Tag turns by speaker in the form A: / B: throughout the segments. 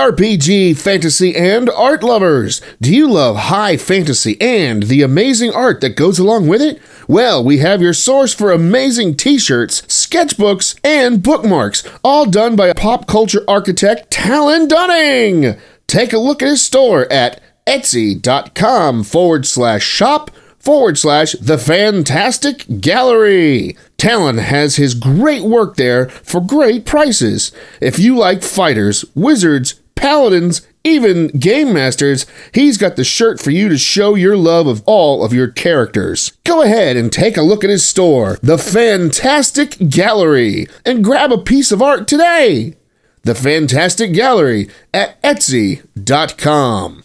A: JRPG, fantasy, and art lovers. Do you love high fantasy and the amazing art that goes along with it? Well, we have your source for amazing t shirts, sketchbooks, and bookmarks, all done by pop culture architect Talon Dunning. Take a look at his store at etsy.com forward slash shop forward slash the fantastic gallery. Talon has his great work there for great prices. If you like fighters, wizards, paladins, even game masters, he's got the shirt for you to show your love of all of your characters. Go ahead and take a look at his store, The Fantastic Gallery, and grab a piece of art today. The Fantastic Gallery at Etsy.com.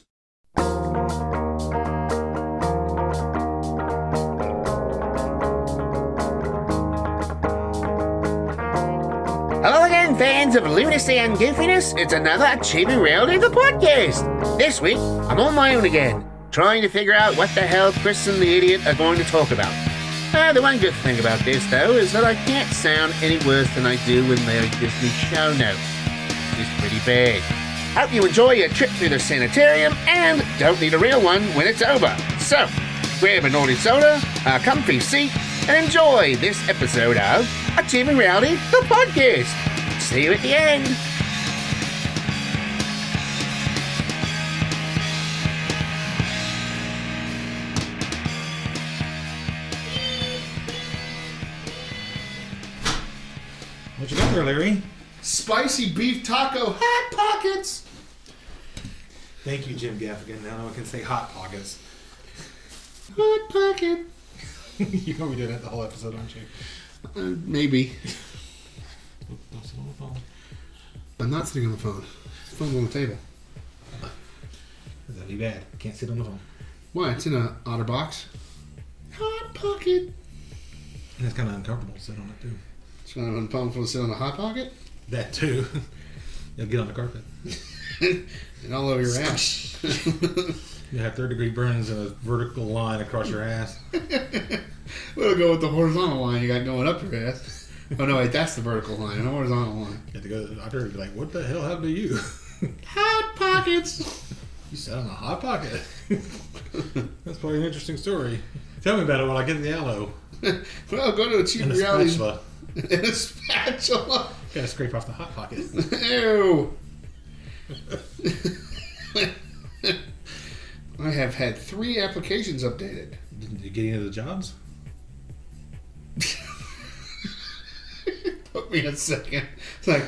B: Hello again, fans of Lunacy and Goofiness. It's another Achieving Reality the podcast. This week, I'm on my own again, trying to figure out what the hell Chris and the idiot are going to talk about. Uh, the one good thing about this, though, is that I can't sound any worse than I do when they gives me show notes. It's pretty bad. Hope you enjoy your trip through the sanitarium and don't need a real one when it's over. So, grab a naughty soda, a comfy seat, and enjoy this episode of Achieving Reality, the podcast. See you at the end.
C: What you got there, Larry?
A: Spicy beef taco hot pockets.
C: Thank you, Jim Gaffigan. Now I can say hot pockets.
A: Hot pocket.
C: you know we did that the whole episode, aren't you?
A: Uh, maybe.
C: Don't sit on the phone.
A: I'm not sitting on the phone. Phone's on the table.
C: That'd be bad. Can't sit on the phone.
A: Why? It's in an otter box. Hot pocket.
C: And it's kind of uncomfortable to sit on it too.
A: It's not an uncomfortable to sit on the hot pocket
C: That too. You'll get on the carpet.
A: and all over your ass.
C: You'll have third degree burns and a vertical line across your ass.
A: we'll go with the horizontal line you got going up your ass. Oh no, wait, that's the vertical line, an horizontal line.
C: You have to go to the doctor and be like, "What the hell happened to you?
A: Hot pockets.
C: you sat on a hot pocket." That's probably an interesting story. Tell me about it when I get the aloe
A: well, go to a cheap
C: and the
A: reality.
C: spatula.
A: and a spatula.
C: Gotta scrape off the hot pocket.
A: Ew. I have had three applications updated.
C: Did you get any of the jobs?
A: Put me a second. It's like,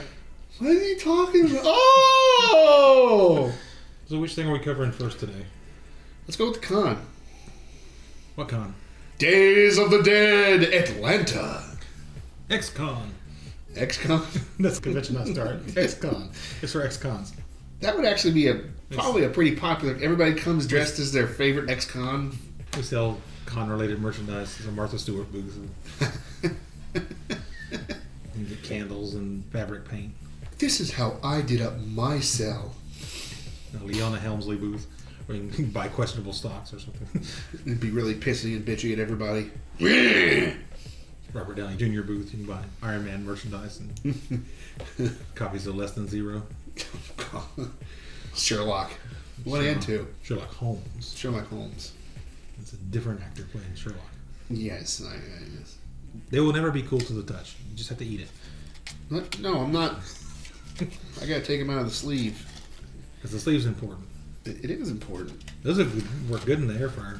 A: what are you talking about? Oh!
C: So which thing are we covering first today?
A: Let's go with the con.
C: What con?
A: Days of the Dead, Atlanta.
C: Ex-con.
A: XCon.
C: That's a convention I start. Ex-con. It's for ex-cons.
A: That would actually be a probably a pretty popular. Everybody comes dressed as their favorite ex-con.
C: We sell con-related merchandise. It's a Martha Stewart booth. You get candles and fabric paint.
A: this is how I did up my cell.
C: A Leona Helmsley booth. Where you can buy questionable stocks or something.
A: It'd be really pissy and bitchy at everybody.
C: Robert Downey Jr. booth. You can buy Iron Man merchandise and copies of Less Than Zero.
A: Sherlock. One and two.
C: Sherlock Holmes.
A: Sherlock Holmes.
C: It's a different actor playing Sherlock.
A: Yes. I, I, yes.
C: They will never be cool to the touch. You just have to eat it.
A: What? No, I'm not. I gotta take him out of the sleeve.
C: Because the sleeve's important.
A: It, it is important.
C: Those would work good in the air fryer.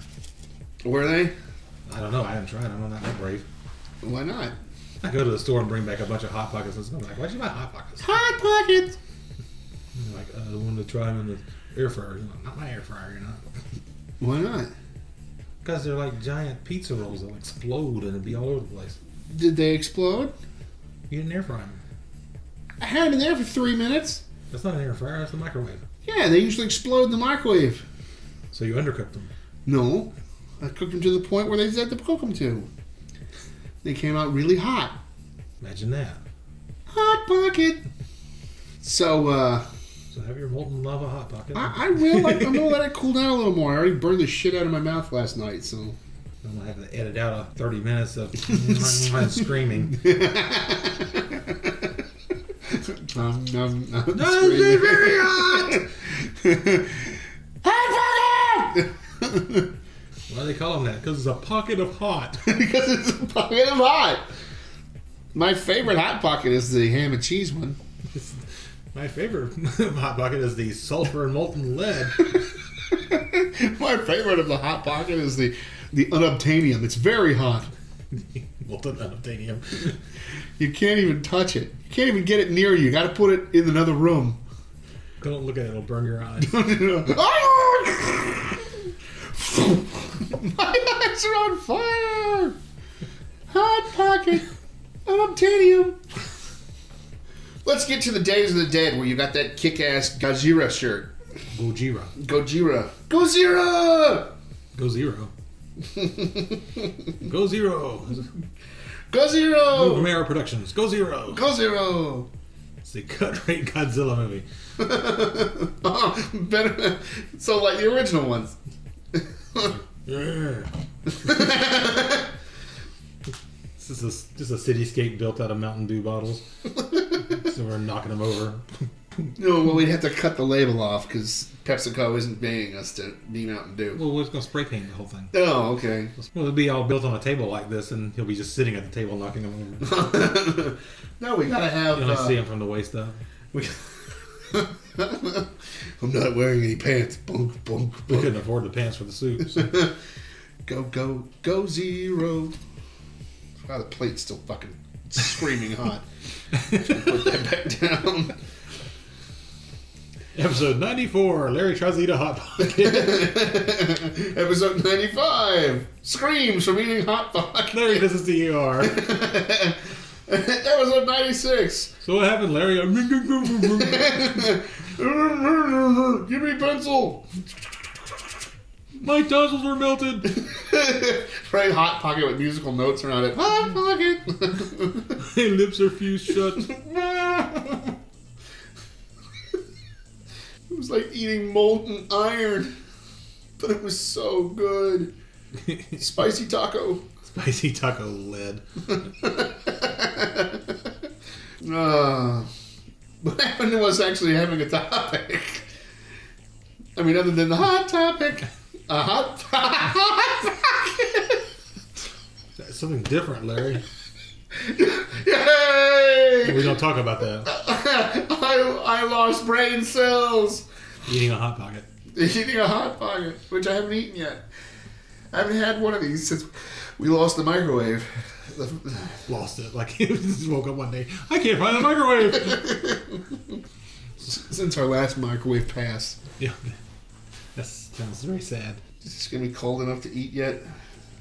A: Were they?
C: I don't know. I haven't tried. them. I'm not that brave.
A: Why not?
C: I go to the store and bring back a bunch of hot pockets and stuff. I'm like, why'd you buy hot pockets?
A: Hot pockets.
C: And they're like, uh, I wanted to try them in the air fryer. I'm like, not my air fryer, you know.
A: Why not?
C: Because they're like giant pizza rolls that'll explode and it'll be all over the place.
A: Did they explode?
C: You didn't air fry them.
A: I had him in there for three minutes.
C: That's not an air fryer. That's a microwave.
A: Yeah, they usually explode in the microwave.
C: So you undercooked them.
A: No, I cooked them to the point where they said to cook them to. They came out really hot.
C: Imagine that.
A: Hot pocket. So uh,
C: So have your molten lava hot pocket.
A: I, I will. Like, I'm gonna let it cool down a little more. I already burned the shit out of my mouth last night, so
C: I'm gonna have to edit out a 30 minutes of screaming.
A: Um, um, um,
C: That's
A: screaming.
C: very hot. Why do they call him that? Because it's a pocket of hot.
A: because it's a pocket of hot. My favorite hot pocket is the ham and cheese one.
C: It's- my favorite hot pocket is the sulfur and molten lead.
A: My favorite of the hot pocket is the the unobtainium. It's very hot.
C: molten unobtainium.
A: You can't even touch it. You can't even get it near you. You got to put it in another room.
C: Don't look at it; it'll burn your eyes.
A: My eyes are on fire. Hot pocket. Unobtainium. Let's get to the days of the dead where you got that kick-ass Gajira shirt.
C: Gojira.
A: Gojira. Gojira!
C: Go zero. Go zero.
A: Gojiro!
C: Romero Productions. Go zero.
A: Gojiro!
C: It's the cut rate Godzilla movie.
A: Oh, better. So, like the original ones.
C: Yeah. this is a, just a cityscape built out of Mountain Dew bottles. so we're knocking them over.
A: No, well, we'd have to cut the label off because PepsiCo isn't paying us to be Mountain Dew.
C: Well, we're just gonna spray paint the whole thing.
A: Oh, okay.
C: Well, it'll be all built on a table like this, and he'll be just sitting at the table knocking them over.
A: no, we gotta have.
C: You only
A: uh,
C: see him from the waist up.
A: we- I'm not wearing any pants. Bonk, bonk,
C: We
A: bonk.
C: couldn't afford the pants for the suit. so-
A: Go, go, go, zero. Wow, the plate's still fucking screaming hot. Put that back down.
C: Episode 94 Larry tries to eat a hot pocket.
A: Episode 95 Screams from Eating Hot Dog.
C: Larry visits the ER.
A: Episode 96
C: So what happened, Larry?
A: Give me pencil.
C: My tonsils are melted.
A: Right, Hot Pocket with musical notes around it. Hot Pocket.
C: My lips are fused shut.
A: it was like eating molten iron, but it was so good. Spicy taco.
C: Spicy taco lead.
A: Uh, what happened to us actually having a topic? I mean, other than the hot topic, a hot, hot
C: That's something different, Larry.
A: pocket. Yay!
C: We don't talk about that.
A: I, I lost brain cells
C: Eating a hot pocket.
A: eating a hot pocket, which I haven't eaten yet. I haven't had one of these since we lost the microwave.
C: Lost it. Like he just woke up one day. I can't find the microwave.
A: Since our last microwave pass.
C: yeah. That sounds very sad.
A: Is this gonna be cold enough to eat yet?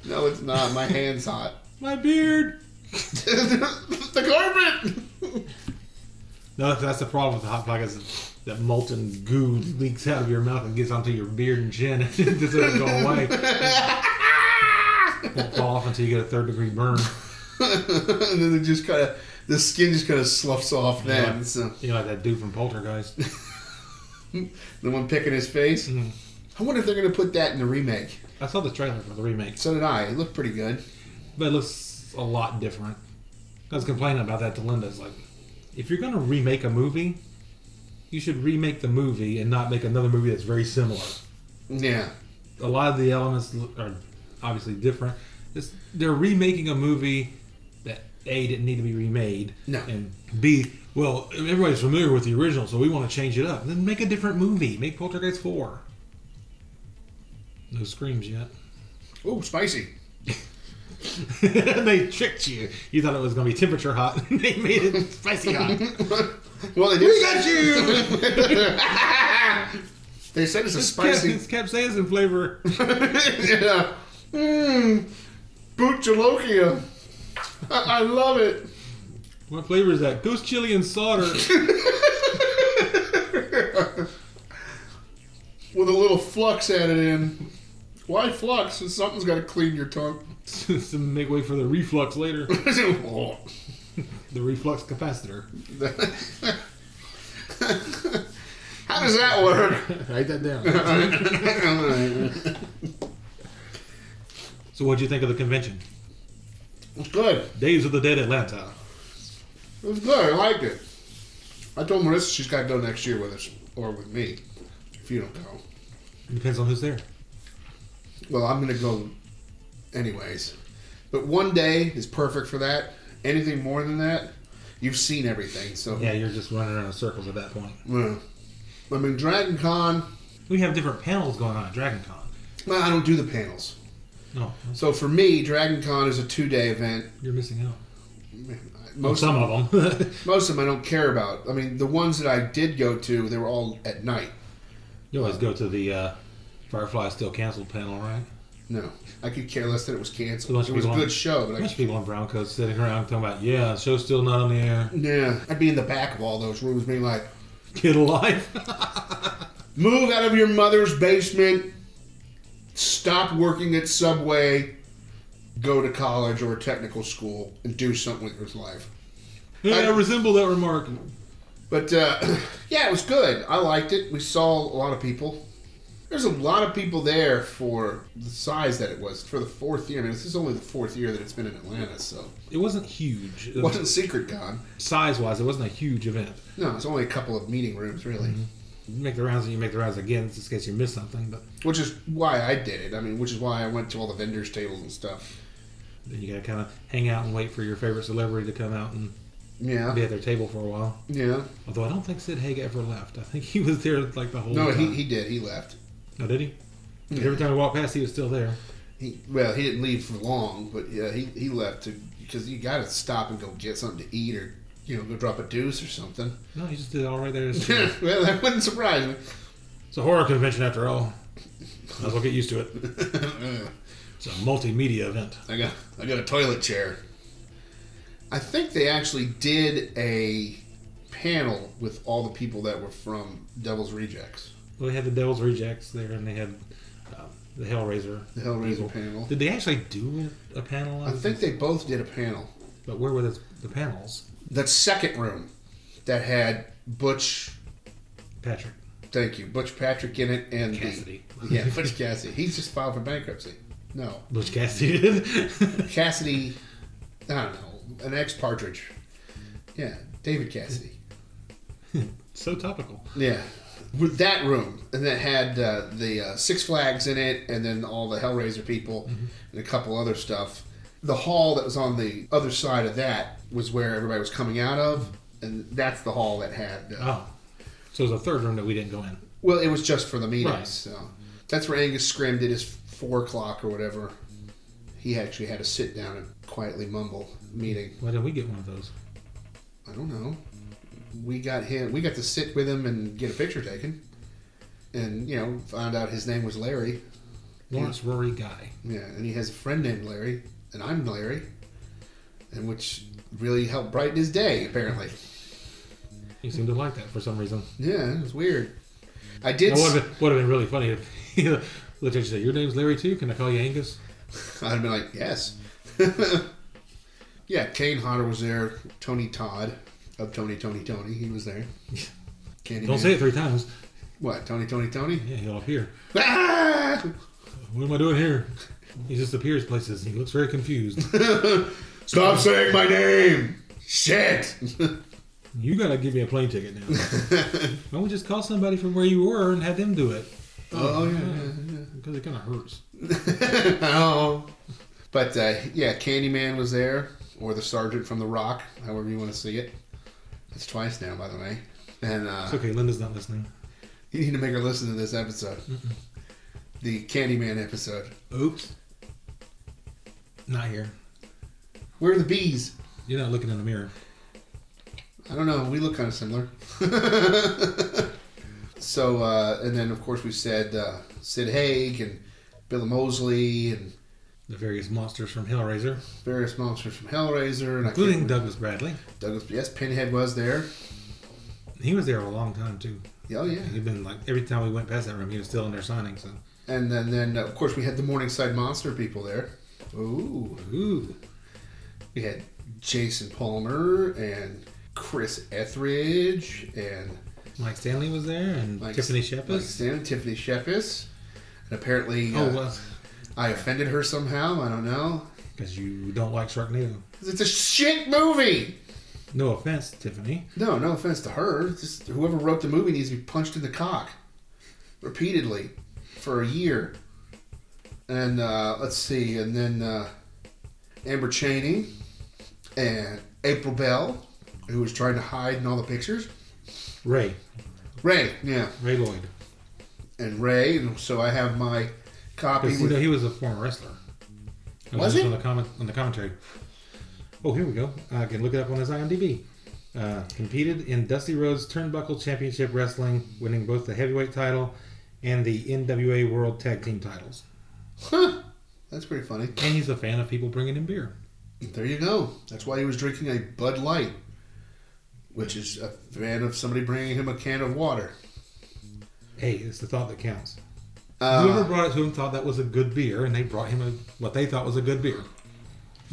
A: No, it's not. My hand's hot.
C: My beard.
A: the carpet!
C: No, that's the problem with the hot pockets. is That molten goo leaks out of your mouth and gets onto your beard and chin. and it just doesn't go away. Won't fall off until you get a third degree burn.
A: and then it just kind of the skin just kind of sloughs off then.
C: Yeah.
A: So
C: You know, like that dude from Poltergeist.
A: the one picking his face. I wonder if they're gonna put that in the remake.
C: I saw the trailer for the remake,
A: So did I. It looked pretty good.
C: but it looks a lot different. I was complaining about that to Linda. It's like, if you're going to remake a movie, you should remake the movie and not make another movie that's very similar.
A: Yeah.
C: a lot of the elements l- are obviously different. It's, they're remaking a movie that a didn't need to be remade,
A: No.
C: and b well everybody's familiar with the original, so we want to change it up. Then make a different movie. Make Poltergeist four. No screams yet.
A: Oh, spicy.
C: they tricked you. You thought it was going to be temperature hot. they made it spicy hot.
A: Well, they did.
C: Got you.
A: They said it's a
C: Cap-
A: spicy.
C: it's capsaicin flavor.
A: yeah. Mmm. Butchalokia. I-, I love it.
C: What flavor is that? Ghost chili and solder.
A: With a little flux added in. Why flux? Something's got to clean your tongue.
C: to make way for the reflux later. The reflux capacitor.
A: How does that work?
C: Write that down. So, what'd you think of the convention?
A: It's good.
C: Days of the Dead Atlanta.
A: It's good. I liked it. I told Marissa she's got to go next year with us or with me. If you don't go.
C: It depends on who's there.
A: Well, I'm gonna go, anyways. But one day is perfect for that. Anything more than that, you've seen everything. So
C: Yeah, you're just running around in circles at that point.
A: Well, I mean, Dragon Con.
C: We have different panels going on at Dragon Con.
A: Well, I don't do the panels.
C: No,
A: So for me, Dragon Con is a two-day event.
C: you're missing out. Well,
A: Most
C: some of them.
A: most of them I don't care about. I mean, the ones that I did go to, they were all at night.
C: you always go to the uh, Firefly Still Cancelled panel, right?
A: No, I could care less that it was
C: A
A: canceled.
C: bunch
A: It
C: of
A: was a
C: people on-
A: good show, but
C: A bunch
A: I,
C: of people in brown coats sitting around talking about, yeah, show's still not on the air.
A: yeah, I'd be in the back of all those rooms, being like,
C: Get alive.
A: "Move out of your mother's basement. Stop working at Subway. Go to college or a technical school and do something with your life."
C: yeah, I
A: I-
C: resemble that remark.
A: But uh, yeah, it was good. I liked it. We saw a lot of people. There's a lot of people there for the size that it was for the fourth year. I mean, this is only the fourth year that it's been in Atlanta, so
C: It wasn't huge.
A: it wasn't Secret Con.
C: size wise, it wasn't a huge event.
A: No, it's only a couple of meeting rooms, really,
C: You make the rounds and you make the rounds again, just in case you miss something, but
A: which is why I did it. I mean, which is why I went to all the vendors' tables and stuff.
C: then you gotta kind of hang out and wait for your favorite celebrity to come out and
A: Yeah,
C: be at their table for a while.
A: yeah.
C: Although I don't think Sid Haig ever left. I think he was there like the whole
A: No,
C: time.
A: he, he did. He left.
C: oh, did he? Every time I walked past, he was still there.
A: He well, he didn't leave for long, but yeah, he he left to because you got to stop and go get something to eat or you know go drop a deuce or something.
C: No, he just did it all right there. it's
A: well, that wouldn't surprise me.
C: a horror convention after all. Might as well get used to it. It's a multimedia event.
A: I got I got a toilet chair. I think they actually did a panel with all the people that were from Devil's Rejects,
C: Well, they had the Devil's Rejects there, and they had um, the Hellraiser.
A: the Hellraiser
C: people.
A: panel.
C: Did they actually do a panel?
A: I think they both did a panel.
C: But where were the, the panels?
A: That second room that had Butch,
C: Patrick
A: thank you, Butch Patrick in it, and the-
C: Cassidy.
A: yeah, Butch Cassidy. He's just filed for bankruptcy. No,
C: Butch Cassidy did.
A: Cassidy, I don't know, an ex Partridge. Yeah, David Cassidy.
C: so topical.
A: Yeah, with that room, and that had uh, the uh, Six Flags in it, and then all the Hellraiser people, and a couple other stuff. The hall that was on the other side of that was where everybody was coming out of, and that's the hall that had. Uh,
C: Oh, so it was a third room that we didn't go in.
A: Well, it was just for the meetings,
C: Right.
A: so that's where Angus Scrim did his four o'clock or whatever. He actually had to sit down and quietly mumble meeting.
C: Why didn't we get one of those?
A: I don't know. We got him. We got to sit with him and get a picture taken, and you know, found out his name was Larry.
C: Lawrence Rory Guy.
A: Yeah, and he has a friend named Larry, and I'm Larry, and which really helped brighten his day. Apparently,
C: He seemed to like that for some reason.
A: yeah, it was weird. I
C: It
A: did.
C: would have been, would've been really funny if he looked at you and said, Your name's Larry too? Can I call you Angus?
A: I'd have been like, yes. yeah, Kane Hodder was there. Tony Todd of Tony Tony Tony, he was there. Candy
C: Don't say it three times.
A: What Tony Tony Tony?
C: Yeah, he'll appear.
A: Ah!
C: What am I doing here? He just appears places. He looks very confused.
A: Stop saying my name. Shit.
C: you gotta give me a plane ticket now. Why don't we just call somebody from where you were and have them do it?
A: Oh yeah.
C: Because it kind of hurts.
A: oh. But uh, yeah, Candyman was there, or the Sergeant from The Rock, however you want to see it. It's twice now, by the way. And uh,
C: It's okay. Linda's not listening.
A: you need to make her listen to this episode, the Candyman episode.
C: Oops. Not here.
A: Where are the bees?
C: You're not looking in the mirror.
A: I don't know. We look kind of similar. so, uh, and then of course we said uh, Sid Haig and Bill Mosley and
C: The various monsters from Hellraiser,
A: various monsters from Hellraiser, and I can't
C: including
A: remember-
C: Douglas Bradley.
A: Douglas. Yes, Pinhead was there.
C: He was there a long time too.
A: Oh yeah.
C: He'd been like every time we went past that room, he was still in there signing. So,
A: And then, then of course, we had the Morningside Monster people there. Ooh.
C: ooh,
A: We had Jason Palmer and Chris Etheridge and
C: Mike Stanley was there and
A: Mike-
C: Tiffany
A: Mike
C: Shepis.
A: Stan, Tiffany Shepis. And apparently,
C: oh,
A: uh,
C: well,
A: I offended her somehow. I don't know.
C: because you don't like Sharknado.
A: 'Cause It's a shit movie.
C: No offense, Tiffany.
A: No, no offense to her. It's Just whoever wrote the movie needs to be punched in the cock. repeatedly for a year. And uh, let's see, and then uh, Amber Cheney and April Bell, who was trying to hide in all the pictures.
C: Ray,
A: Ray, yeah,
C: Ray Lloyd,
A: and Ray. And so I have my copy.
C: because
A: With,
C: you know he was a former wrestler. I
A: Was
C: just
A: he?
C: on the comment on the commentary? Oh, here we go. I can look it up on his IMDb. Uh, competed in Dusty Rhodes Turnbuckle Championship Wrestling, winning both the heavyweight title and the NWA World Tag Team titles.
A: Huh, that's pretty funny.
C: And he's a fan of people bringing him beer.
A: There you go. That's why he was drinking a Bud Light, which is a fan of somebody bringing him a can of water.
C: Hey, it's the thought that counts. Whoever
A: Uh,
C: brought it to him thought that was a good beer, and they brought him a, what they thought was a good beer.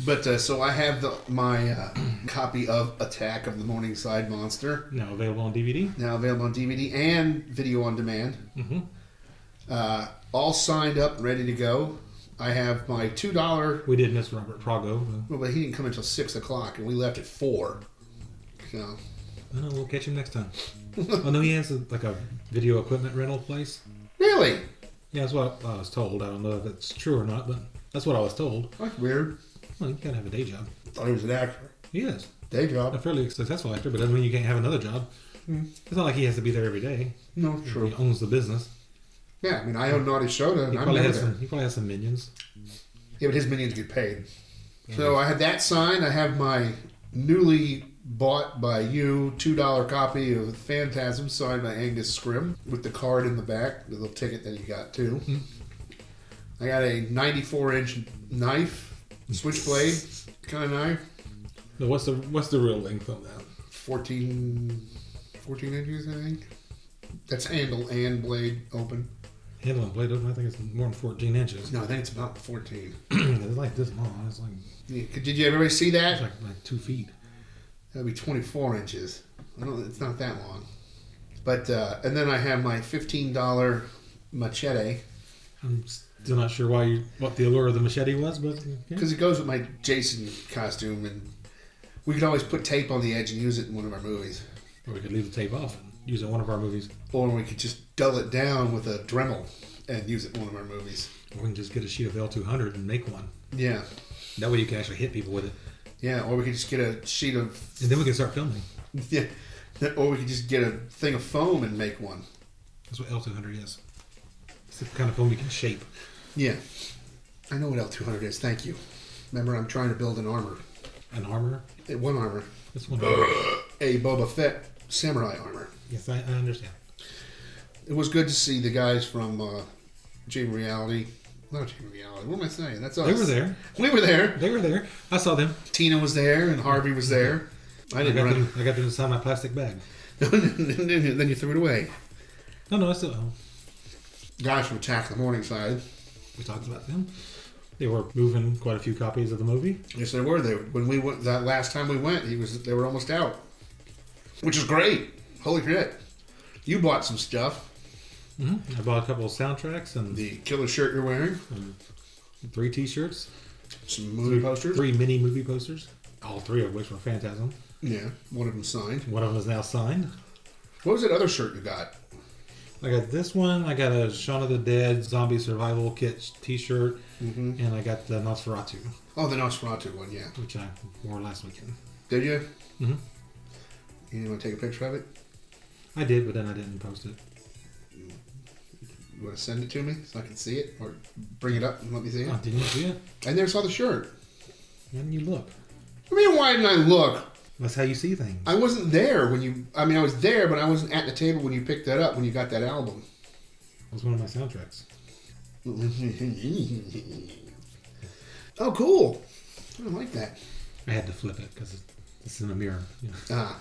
A: but uh, so I have the, my uh, copy of Attack of the Morningside Monster
C: Now available on DVD.
A: now available on DVD and video on demand.
C: Mhm.
A: Uh, all signed up, ready to go. I have my two dollar.
C: We did miss Robert Prago. but-
A: Well, but he didn't come until six o'clock, and we left at four. So
C: I don't know, uh, we'll catch him next time. oh no, he has a, like a video equipment rental place.
A: really,
C: Yeah, that's what I was told. I don't know if it's true or not, but that's what I was told.
A: that's weird.
C: Well, you gotta have a day job.
A: Thought he was an actor.
C: He is
A: Day
C: a
A: job.
C: fairly successful actor, but doesn't mean you can't have another job.
A: Hmm.
C: It's not like he has to be there every day.
A: No,
C: He owns the business.
A: Yeah, I mean, I own Naughty Soda,
C: He
A: and I'm
C: probably
A: never
C: has
A: there.
C: some. He probably has some minions.
A: Yeah, but his minions get paid. So I have that signed. I have my newly bought by you two dollar copy of Phantasm signed by Angus Scrim with the card in the back, the little ticket that you got too.
C: Mm-hmm.
A: I got a 94 inch knife, switchblade kind of knife,
C: But what's the what's the real length on that?
A: 14, 14 inches I think. That's handle and blade open.
C: Handle and blade open. I think it's more than fourteen inches.
A: No, I think it's about 14.
C: it's like this long. It's like
A: Yeah, Did you everybody see that?
C: it's like, like two feet.
A: That'd be 24 inches. I don't. It's not that long. But uh, and then I have my $15 machete
C: I'm still not sure why you what the allure of the machete was, but yeah.
A: because it goes with my Jason costume, and we could always put tape on the edge and use it in one of our movies,
C: or we could leave the tape off and use it in one of our movies,
A: or we could just dull it down with a Dremel and use it in one of our movies.
C: or we can just get a sheet of L200 and make one.
A: Yeah,
C: That way you can actually hit people with it,
A: yeah. Or we could just get a sheet of
C: and then we can start filming.
A: yeah, or we could just get a thing of foam and make one.
C: That's what L200 is. It's the kind of film you can shape.
A: Yeah, I know what L200 is. Thank you. Remember, I'm trying to build an armor,
C: An armor.
A: Eh, one armor.
C: That's one. Armor.
A: a Boba Fett samurai armor.
C: yes, I, I understand.
A: It was good to see the guys from uh, Team Reality. Not Team Reality. What am I saying? Oh, That's us.
C: They were there.
A: We were there.
C: They were there. I saw them.
A: Tina was there, and Harvey was there. I
C: I
A: didn't
C: got
A: run.
C: them. I got them inside my plastic bag.
A: then you threw it away.
C: No, no, I still. Oh,
A: Guys from Attack of the Morning Side.
C: we talked about them. They were moving quite a few copies of the movie.
A: Yes, they were. They when we went that last time we went, he was. They were almost out, which is great. Holy shit! You bought some stuff.
C: Mm-hmm. I bought a couple of soundtracks and
A: The killer shirt you're wearing.
C: three T-shirts.
A: Some movie posters.
C: Three mini movie posters, all three of which were Phantasm.
A: Yeah, one of them signed.
C: One of them is now signed.
A: What was that other shirt you got?
C: I got this one. I got a Shaun of the Dead zombie survival kit T-shirt, and I got the Nosferatu,
A: Oh, the Nosferatu one, yeah.
C: which I wore last weekend.
A: Did you?
C: Mhm.
A: You want to take a picture of it?
C: I did, but then I didn't post it.
A: You want to send it to me so I can see it, or bring it up and let me see it?
C: Oh, didn't you see it?
A: I never saw the shirt.
C: Why didn't you look?
A: I mean, why didn't I look?
C: That's how you see things.
A: I wasn't there when you. I mean, I was there, but I wasn't at the table when you picked that up when you got that album.
C: It was one of my soundtracks.
A: oh, cool. I don't like that.
C: I had to flip it because it's in a mirror. you know.
A: Ah.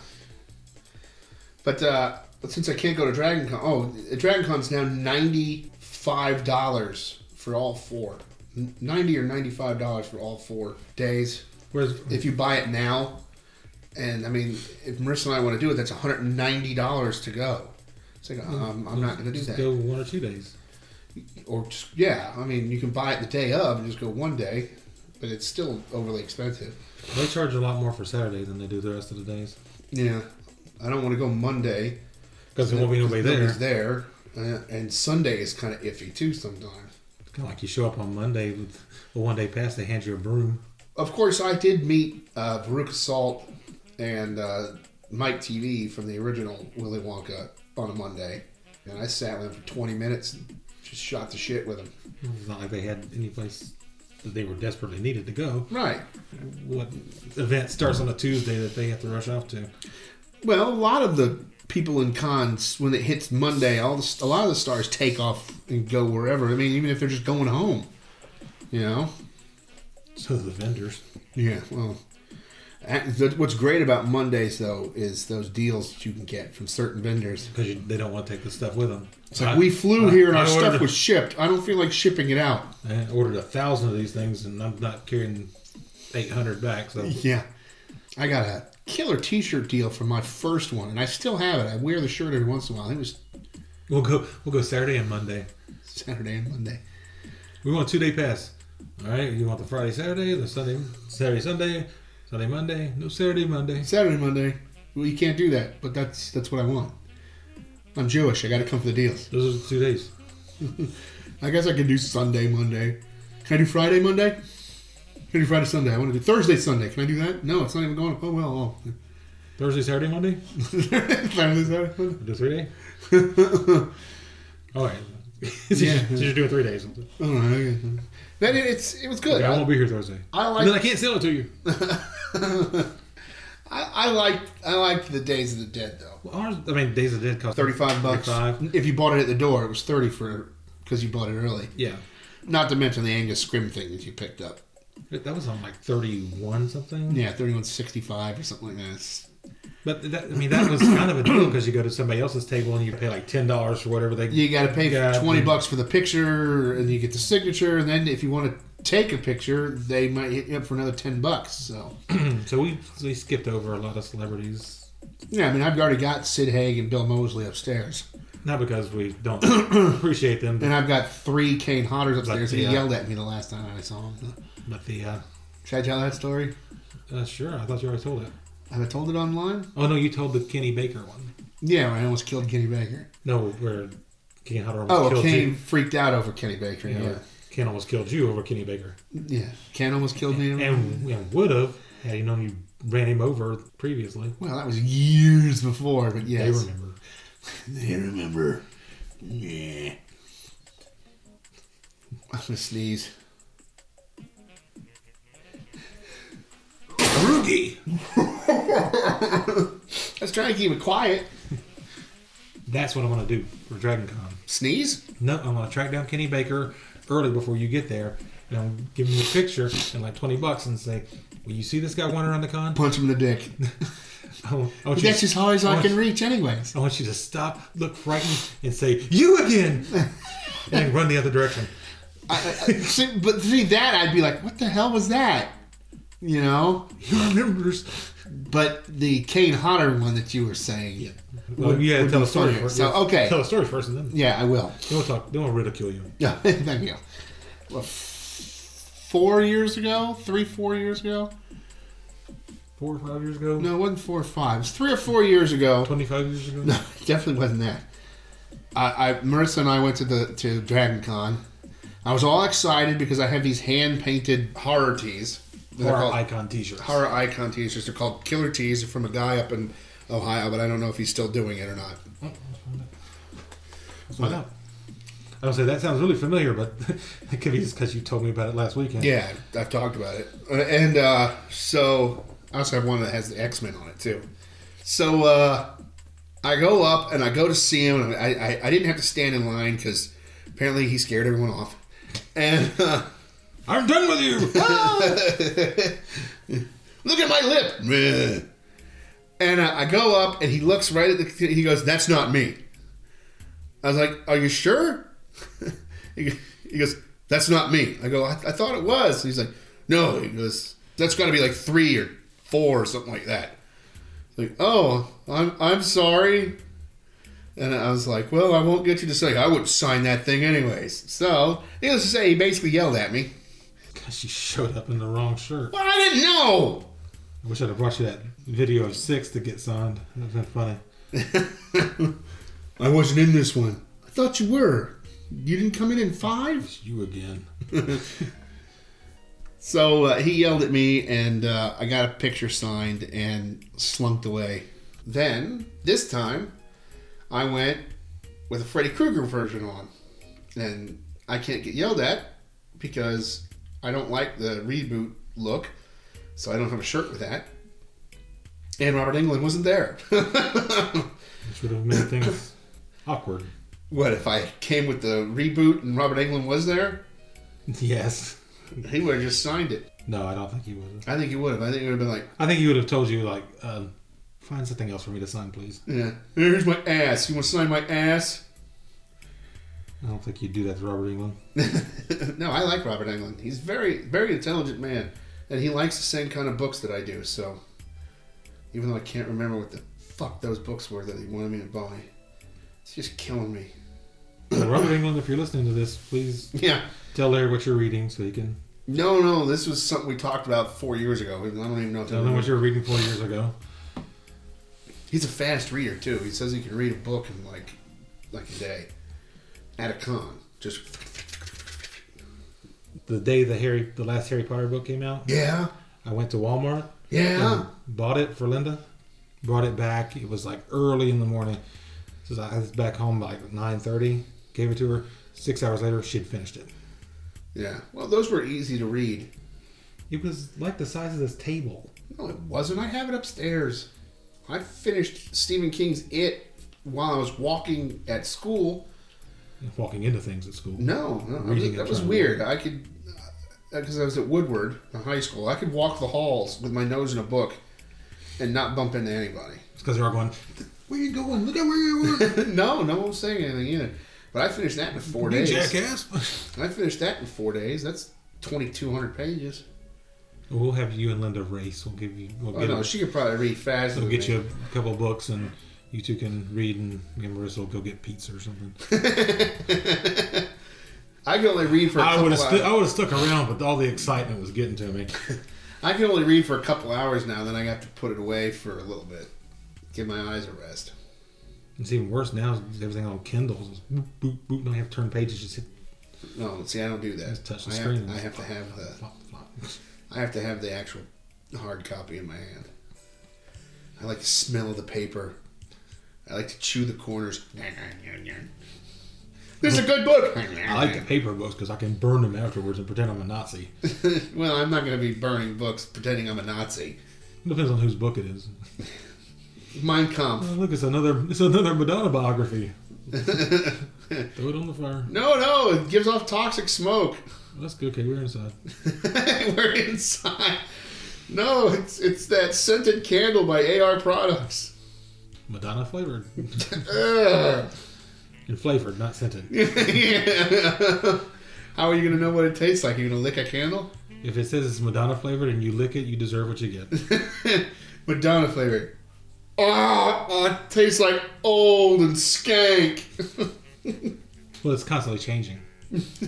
A: But uh, since I can't go to Dragon Con, oh, Dragon Con's now ninety-five dollars for all four. N- Ninety or ninety-five dollars for all four days
C: Whereas
A: if you buy it now. And I mean, if Marissa and I want to do it, that's one hundred and ninety dollars to go. It's like um, I'm not going to do
C: Mm-hmm. just
A: that.
C: go one or two days.
A: Or just, yeah, I mean, you can buy it the day of and just go one day, but it's still overly expensive.
C: They charge a lot more for Saturday than they do the rest of the days
A: Yeah, I don't want to go Monday
C: because there won't be nobody there.
A: Nobody's there. Uh, and Sunday is kind of iffy too sometimes.
C: Kind of like you show up on Monday with a one day pass, they hand you a broom.
A: Of course, I did meet uh, Baruch Salt and uh, Mike TV from the original Willy Wonka on a Monday, and I sat with him for 20 minutes and just shot the shit with him.
C: It's not like they had any place that they were desperately needed to go.
A: Right.
C: What event starts on a Tuesday that they have to rush off to?
A: Well, a lot of the people in cons when it hits Monday, all the, a lot of the stars take off and go wherever. I mean, even if they're just going home, you know.
C: So the vendors.
A: Yeah. Well, and the- what's great about Mondays though is those deals that you can get from certain vendors.
C: because they don't want to take the stuff with them.
A: It's like we flew here and our stuff
C: ordered,
A: was shipped. I don't feel like shipping it out.
C: I ordered a thousand of these things, and I'm not carrying eight hundred back. So
A: Yeah. I got a killer T-shirt deal from my first one, and I still have it. I wear the shirt every once in a while. I think it was
C: we'll go. We'll go Saturday and Monday.
A: Saturday and Monday.
C: We want a two day pass. All right, you want the Friday, Saturday, the Sunday, Saturday, Sunday, Sunday, Monday. No Saturday, Monday.
A: Saturday, Monday. Well, you can't do that, but that's that's what I want. I'm Jewish. I got to come for the deals.
C: Those are the two days.
A: I guess I can do Sunday, Monday. Can I do Friday, Monday? Can I do Friday, Sunday? I want to do Thursday, Sunday. Can I do that? No, it's not even going. Oh well. Oh.
C: Thursday, Saturday, Monday.
A: Saturday, Saturday, Monday.
C: Do three day. All right. so
A: Yeah.
C: you're, so you're doing three days.
A: I don't know. I guess. That it, it's it was good.
C: Yeah, I won't
A: I,
C: be here Thursday.
A: I
C: And then I
A: like
C: can't sell it to you.
A: I, I like I liked the Days of the Dead though.
C: Well, ours, I mean, Days of the Dead cost
A: Thirty five bucks.
C: 35.
A: If you bought it at the door, it was thirty for because you bought it early.
C: Yeah.
A: Not to mention the Angus Scrim thing that you picked up.
C: That was on like 31 something.
A: Yeah, thirty-one sixty-five or something like that. It's-
C: But that, I mean, that was kind of a deal because you go to somebody else's table and you pay like ten dollars for whatever they.
A: You got to pay
C: got.
A: twenty bucks for the picture, and you get the signature, and then if you want to take a picture, they might hit you up for another ten bucks. So
C: So we we skipped over a lot of celebrities,
A: yeah, I mean, I've already got Sid Haig and Bill Mosley upstairs,
C: not because we don't appreciate them,
A: and
C: but,
A: I've got three Kane Hodder's upstairs. and he
C: yeah.
A: yelled at me the last time I saw him.
C: but the. Uh,
A: Should I tell that story?
C: uh, sure, I thought you already told it.
A: Have I told it online?
C: Oh no, you told the Kenny Baker one.
A: Yeah, when I almost killed Kenny Baker.
C: No, where Ken Hodder almost
A: Oh,
C: killed
A: Kane
C: you.
A: freaked out over Kenny Baker. Yeah,
C: Yeah.
A: yeah.
C: Ken almost killed you over Kenny Baker,
A: Ken almost killed me.
C: and, and would have had he known you ran him over previously.
A: well, that was years before, but
C: They
A: yes.
C: remember.
A: They remember. Yeah. I'm gonna sneeze.
C: Rugi.
A: I was trying to keep it quiet.
C: That's what I want to do for Dragon Con.
A: Sneeze?
C: No, I'm gonna track down Kenny Baker early before you get there, and I'm give him a picture and like twenty bucks and say, "Will you see this guy wandering around the con?
A: Punch him in the dick.
C: I want, I want you
A: That's
C: to,
A: as high as I
C: want-
A: can reach, anyways.
C: I want you to stop, look frightened, and say, "You again," and then run the other direction.
A: I, I, see, but see that, I'd be like, "What the hell was that?" You know.
C: He remembers.
A: But the Kane Hodder one that you were saying. Yeah.
C: Well, you had to tell a story first.
A: So okay.
C: Tell a story first, and then
A: Yeah, I will.
C: they will talk. They will ridicule you.
A: Yeah, thank you. Well, f- four years ago, three, four years ago.
C: Four or five years ago.
A: No, it wasn't four or five. It was three or four years ago.
C: Twenty-five years ago.
A: No, it definitely wasn't that. I, I Marissa and I went to the to Dragon Con. I was all excited because I have these hand painted horror tees. They're
C: Horror
A: called-
C: icon T-shirts.
A: horror icon tees. They're called killer tees. They're from a guy up in Ohio, but I don't know if he's still doing it or not.
C: Oh, Let's find out. I don't say that sounds really familiar, but it could be just because you told me about it last weekend.
A: Yeah, I've talked about it. Uh, And uh, so I also have one that has the X Men on it too. So uh, I go up and I go to see him. And I, I, I didn't have to stand in line because apparently he scared everyone off. And uh,
C: I'm done with you.
A: look at my lip. Meh. And uh, I, I go up and he looks right at the. He goes, "That's not me." I was like, "Are you sure?" he, go- he goes, "That's not me." I go, "I, I thought it was." He's like, "No." He goes, "That's got to be like three or four or something like that." Like, oh, I'm I'm sorry. And I was like, well, I won't get you to say I wouldn't sign that thing anyways. So, needless to say, he basically yelled at me.
C: Gosh, you showed up in the wrong shirt.
A: But I didn't know.
C: I wish I'd have brought you that video of six to get signed. That'd been funny.
A: I wasn't in this one. I Thought you were. You didn't come in in five?
C: It's you again.
A: So uh, he yelled at me, and uh, I got a picture signed and slunked away. Then, this time, I went with a Freddy Krueger version on. And I can't get yelled at because I don't like the reboot look, so I don't have a shirt with that. And Robert England wasn't there.
C: This would have made things awkward.
A: what if I came with the reboot and Robert England was there?
C: Yes.
A: He would have just signed it.
C: No, I don't think he would have.
A: I think he would have. I think he would have been like,
C: I think he would have told you, like, um, find something else for me to sign, please.
A: Yeah. Here's my ass. You want to sign my ass?
C: I don't think you'd do that to Robert England.
A: no, I like Robert Englund. He's very, very intelligent man, and he likes the same kind of books that I do. So, even though I can't remember what the fuck those books were that he wanted me to buy, it's just killing me.
C: So Robert England, if you're listening to this, please
A: Yeah.
C: tell Larry what you're reading so he can
A: No, no, this was something we talked about four years ago. I don't even know. If I
C: tell him
A: remember.
C: what you were reading four years ago.
A: He's a fast reader too. He says he can read a book in like, like a day, at a con. Just
C: The day the Harry, the last Harry Potter book came out,
A: yeah,
C: I went to Walmart
A: yeah.
C: and bought it for Linda. Brought it back. It was like early in the morning. So I was back home by like nine thirty. Gave it to her. Six hours later, she'd finished it.
A: Yeah. Well, those were easy to read.
C: It was like the size of this table.
A: No, it wasn't. I have it upstairs. I finished Stephen King's It while I was walking at school.
C: Walking into things at school.
A: No, no, I was-
C: Reading it
A: that was
C: from-
A: weird. I could, because I was at Woodward in high school, I could walk the halls with my nose in a book and not bump into anybody.
C: It's because they're all going. Where you going? Look at where you are.
A: no, no one was saying anything either. But I finished that in four
C: You
A: days.
C: jackass.
A: I finished that in four days. That's twenty two hundred pages.
C: we'll have you and Linda race. We'll give you. We'll
A: Oh
C: get,
A: no, she could probably read faster.
C: we'll
A: than
C: get
A: me.
C: you a couple of books and. You two can read, and me and Marissa will go get pizza or something.
A: I could only read for. a
C: I
A: couple
C: would have, stu-
A: hours.
C: I would have stuck around, but all the excitement was getting to me.
A: I can only read for a couple hours now, then I got to put it away for a little bit. Give my eyes a rest.
C: It's even worse now. is Everything on Kindles, It's boop, boop, boop. Now you have to turn pages. Just hit
A: No, see, I don't do that.
C: Just touch the
A: I
C: screen.
A: Have to, I have to have the
C: flop, flop.
A: I have to have the actual hard copy in my hand. I like the smell of the paper. I like to chew the corners. This is a good book.
C: I like the paper books because I can burn them afterwards and pretend I'm a Nazi. It
A: well, I'm not going to be burning books pretending I'm a Nazi.
C: depends on whose book it is.
A: Mein Kampf.
C: Oh, look, it's another, it's another Madonna biography. Throw it on the fire.
A: No, no, it gives off toxic smoke.
C: That's good. Okay, we're inside.
A: We're inside. No, it's it's that scented candle by AR Products.
C: Madonna flavored
A: Ugh.
C: and flavored, not scented.
A: Yeah. How are you gonna know what it tastes like? Are you gonna lick a candle?
C: If it says it's Madonna flavored and you lick it, you deserve what you get.
A: Madonna flavored. Ah, oh, it tastes like old and skank.
C: Well, it's constantly changing.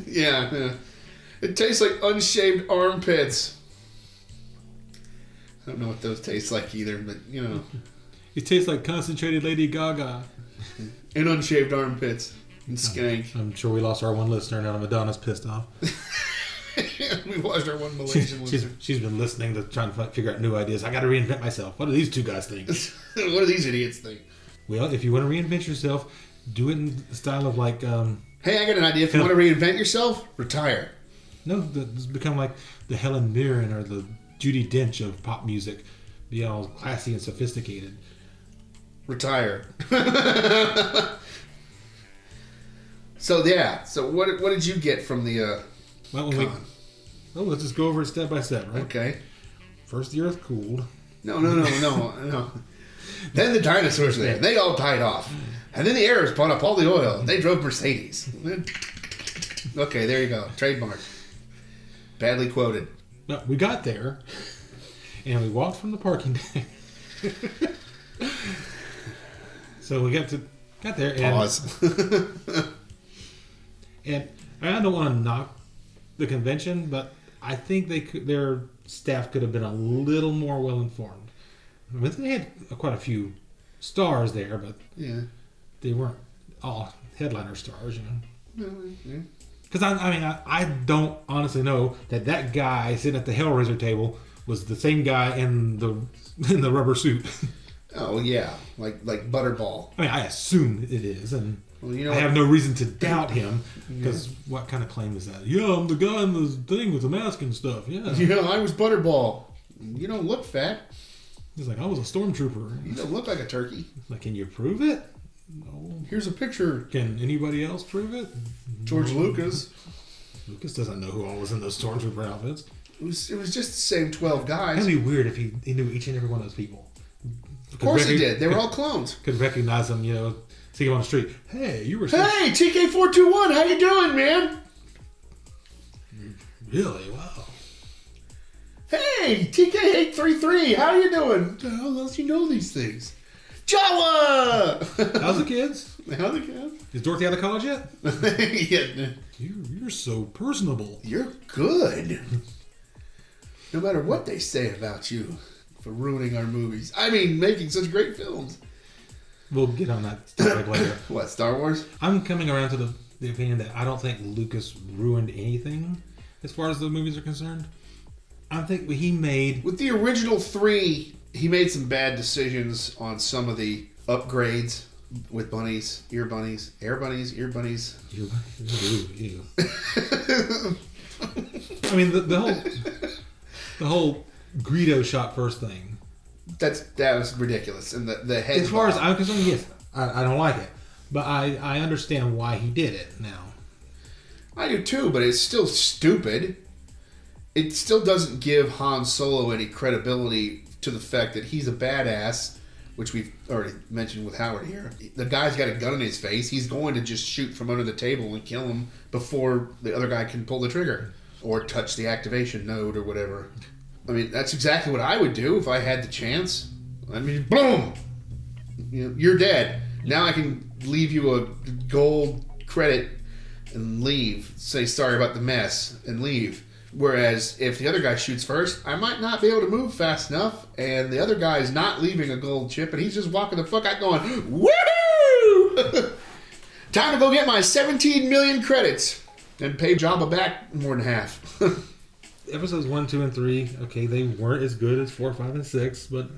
A: yeah, yeah. It tastes like unshaved armpits. I don't know what those taste like either, but you know,
C: It tastes like concentrated Lady Gaga.
A: and unshaved armpits and skank.
C: I'm sure we lost our one listener now. Madonna's pissed off.
A: we watched our one
C: She's,
A: Malaysian
C: she's,
A: one.
C: she's been listening to trying to fi- figure out new ideas. I got to reinvent myself. What do these two guys think?
A: what do these idiots think?
C: Well, if you want to reinvent yourself, do it in the style of like, um,
A: Hey, I got an idea. If you
C: Yeah.
A: want to reinvent yourself, retire.
C: no, the, it's become like the Helen Mirren or the Judy Dench of pop music. Be all classy and sophisticated.
A: Retire. so yeah. So what what did you get from the? Uh,
C: Well, when we,
A: Con.
C: well, let's just go over it step by step, right?
A: okay.
C: First, the earth cooled.
A: No, no, no, no, no. Then the dinosaurs there. They all died off, and then the Arabs bought up all the oil. They drove Mercedes. okay, there you go. Trademark. Badly quoted.
C: No, we got there, and we walked from the parking deck. so we got to got there, and
A: Pause.
C: and I don't want to knock the convention, but I think they could, their staff could have been a little more well informed. I mean, they had quite a few stars there, but
A: yeah.
C: they weren't all headliner stars, you know.
A: Yeah.
C: Because I, I mean, I, I don't honestly know that that guy sitting at the Hellraiser table was the same guy in the in the rubber suit.
A: Oh yeah, like like Butterball.
C: I mean, I assume it is, and
A: Well, you know
C: I
A: what-
C: have no reason to doubt him. Because what kind of claim is that? Yeah, I'm the guy in the thing with the mask and stuff. Yeah,
A: You know, I was Butterball. You don't look fat.
C: he's like, I was a stormtrooper.
A: You don't look like a turkey.
C: Like, can you prove it? No.
A: Here's a picture.
C: Can anybody else prove it?
A: George Lucas.
C: Lucas doesn't know who all was in those stormtrooper outfits.
A: It was, it was just the same twelve
C: That'd
A: guys.
C: be weird if he, he knew each and every one of those people.
A: Of course he did. They were all clones.
C: could recognize them, you know, see him on the street. Hey, you were
A: Hey, TK421, how you doing, man?
C: really wow.
A: Hey, TK833, how you doing? How else you know these things? Jawa!
C: How's the kids?
A: how the
C: Is Dorothy out of college yet?
A: yeah,
C: You, you're so personable.
A: You're good. No matter what they say about you for ruining our movies. I mean, making such great films.
C: We'll get on that topic later.
A: What, Star Wars?
C: I'm coming around to the, the opinion that I don't think Lucas ruined anything as far as the movies are concerned. I think he made
A: With the original three, he made some bad decisions on some of the upgrades with bunnies, ear bunnies, air bunnies, ear bunnies.
C: Ew, ew, ew. I mean the, the whole the whole Greedo shot first thing.
A: That's that was ridiculous. And the the head.
C: As far as I'm concerned, yes, I, I don't like it, but I I understand why he did it now.
A: I do too, but it's still stupid. It still doesn't give Han Solo any credibility to the fact that he's a badass, which we've already mentioned with Howard here. The guy's got a gun in his face. He's going to just shoot from under the table and kill him before the other guy can pull the trigger or touch the activation node or whatever. I mean, that's exactly what I would do if I had the chance. I mean, boom! You know, you're dead. Now I can leave you a gold credit and leave. Say sorry about the mess and leave. Whereas if the other guy shoots first, I might not be able to move fast enough, and the other guy is not leaving a gold chip, and he's just walking the fuck out going, woohoo! Time to go get my 17 million credits and pay Jabba back more than half.
C: Episodes one, two, and three, okay, they weren't as good as four, five, and six, but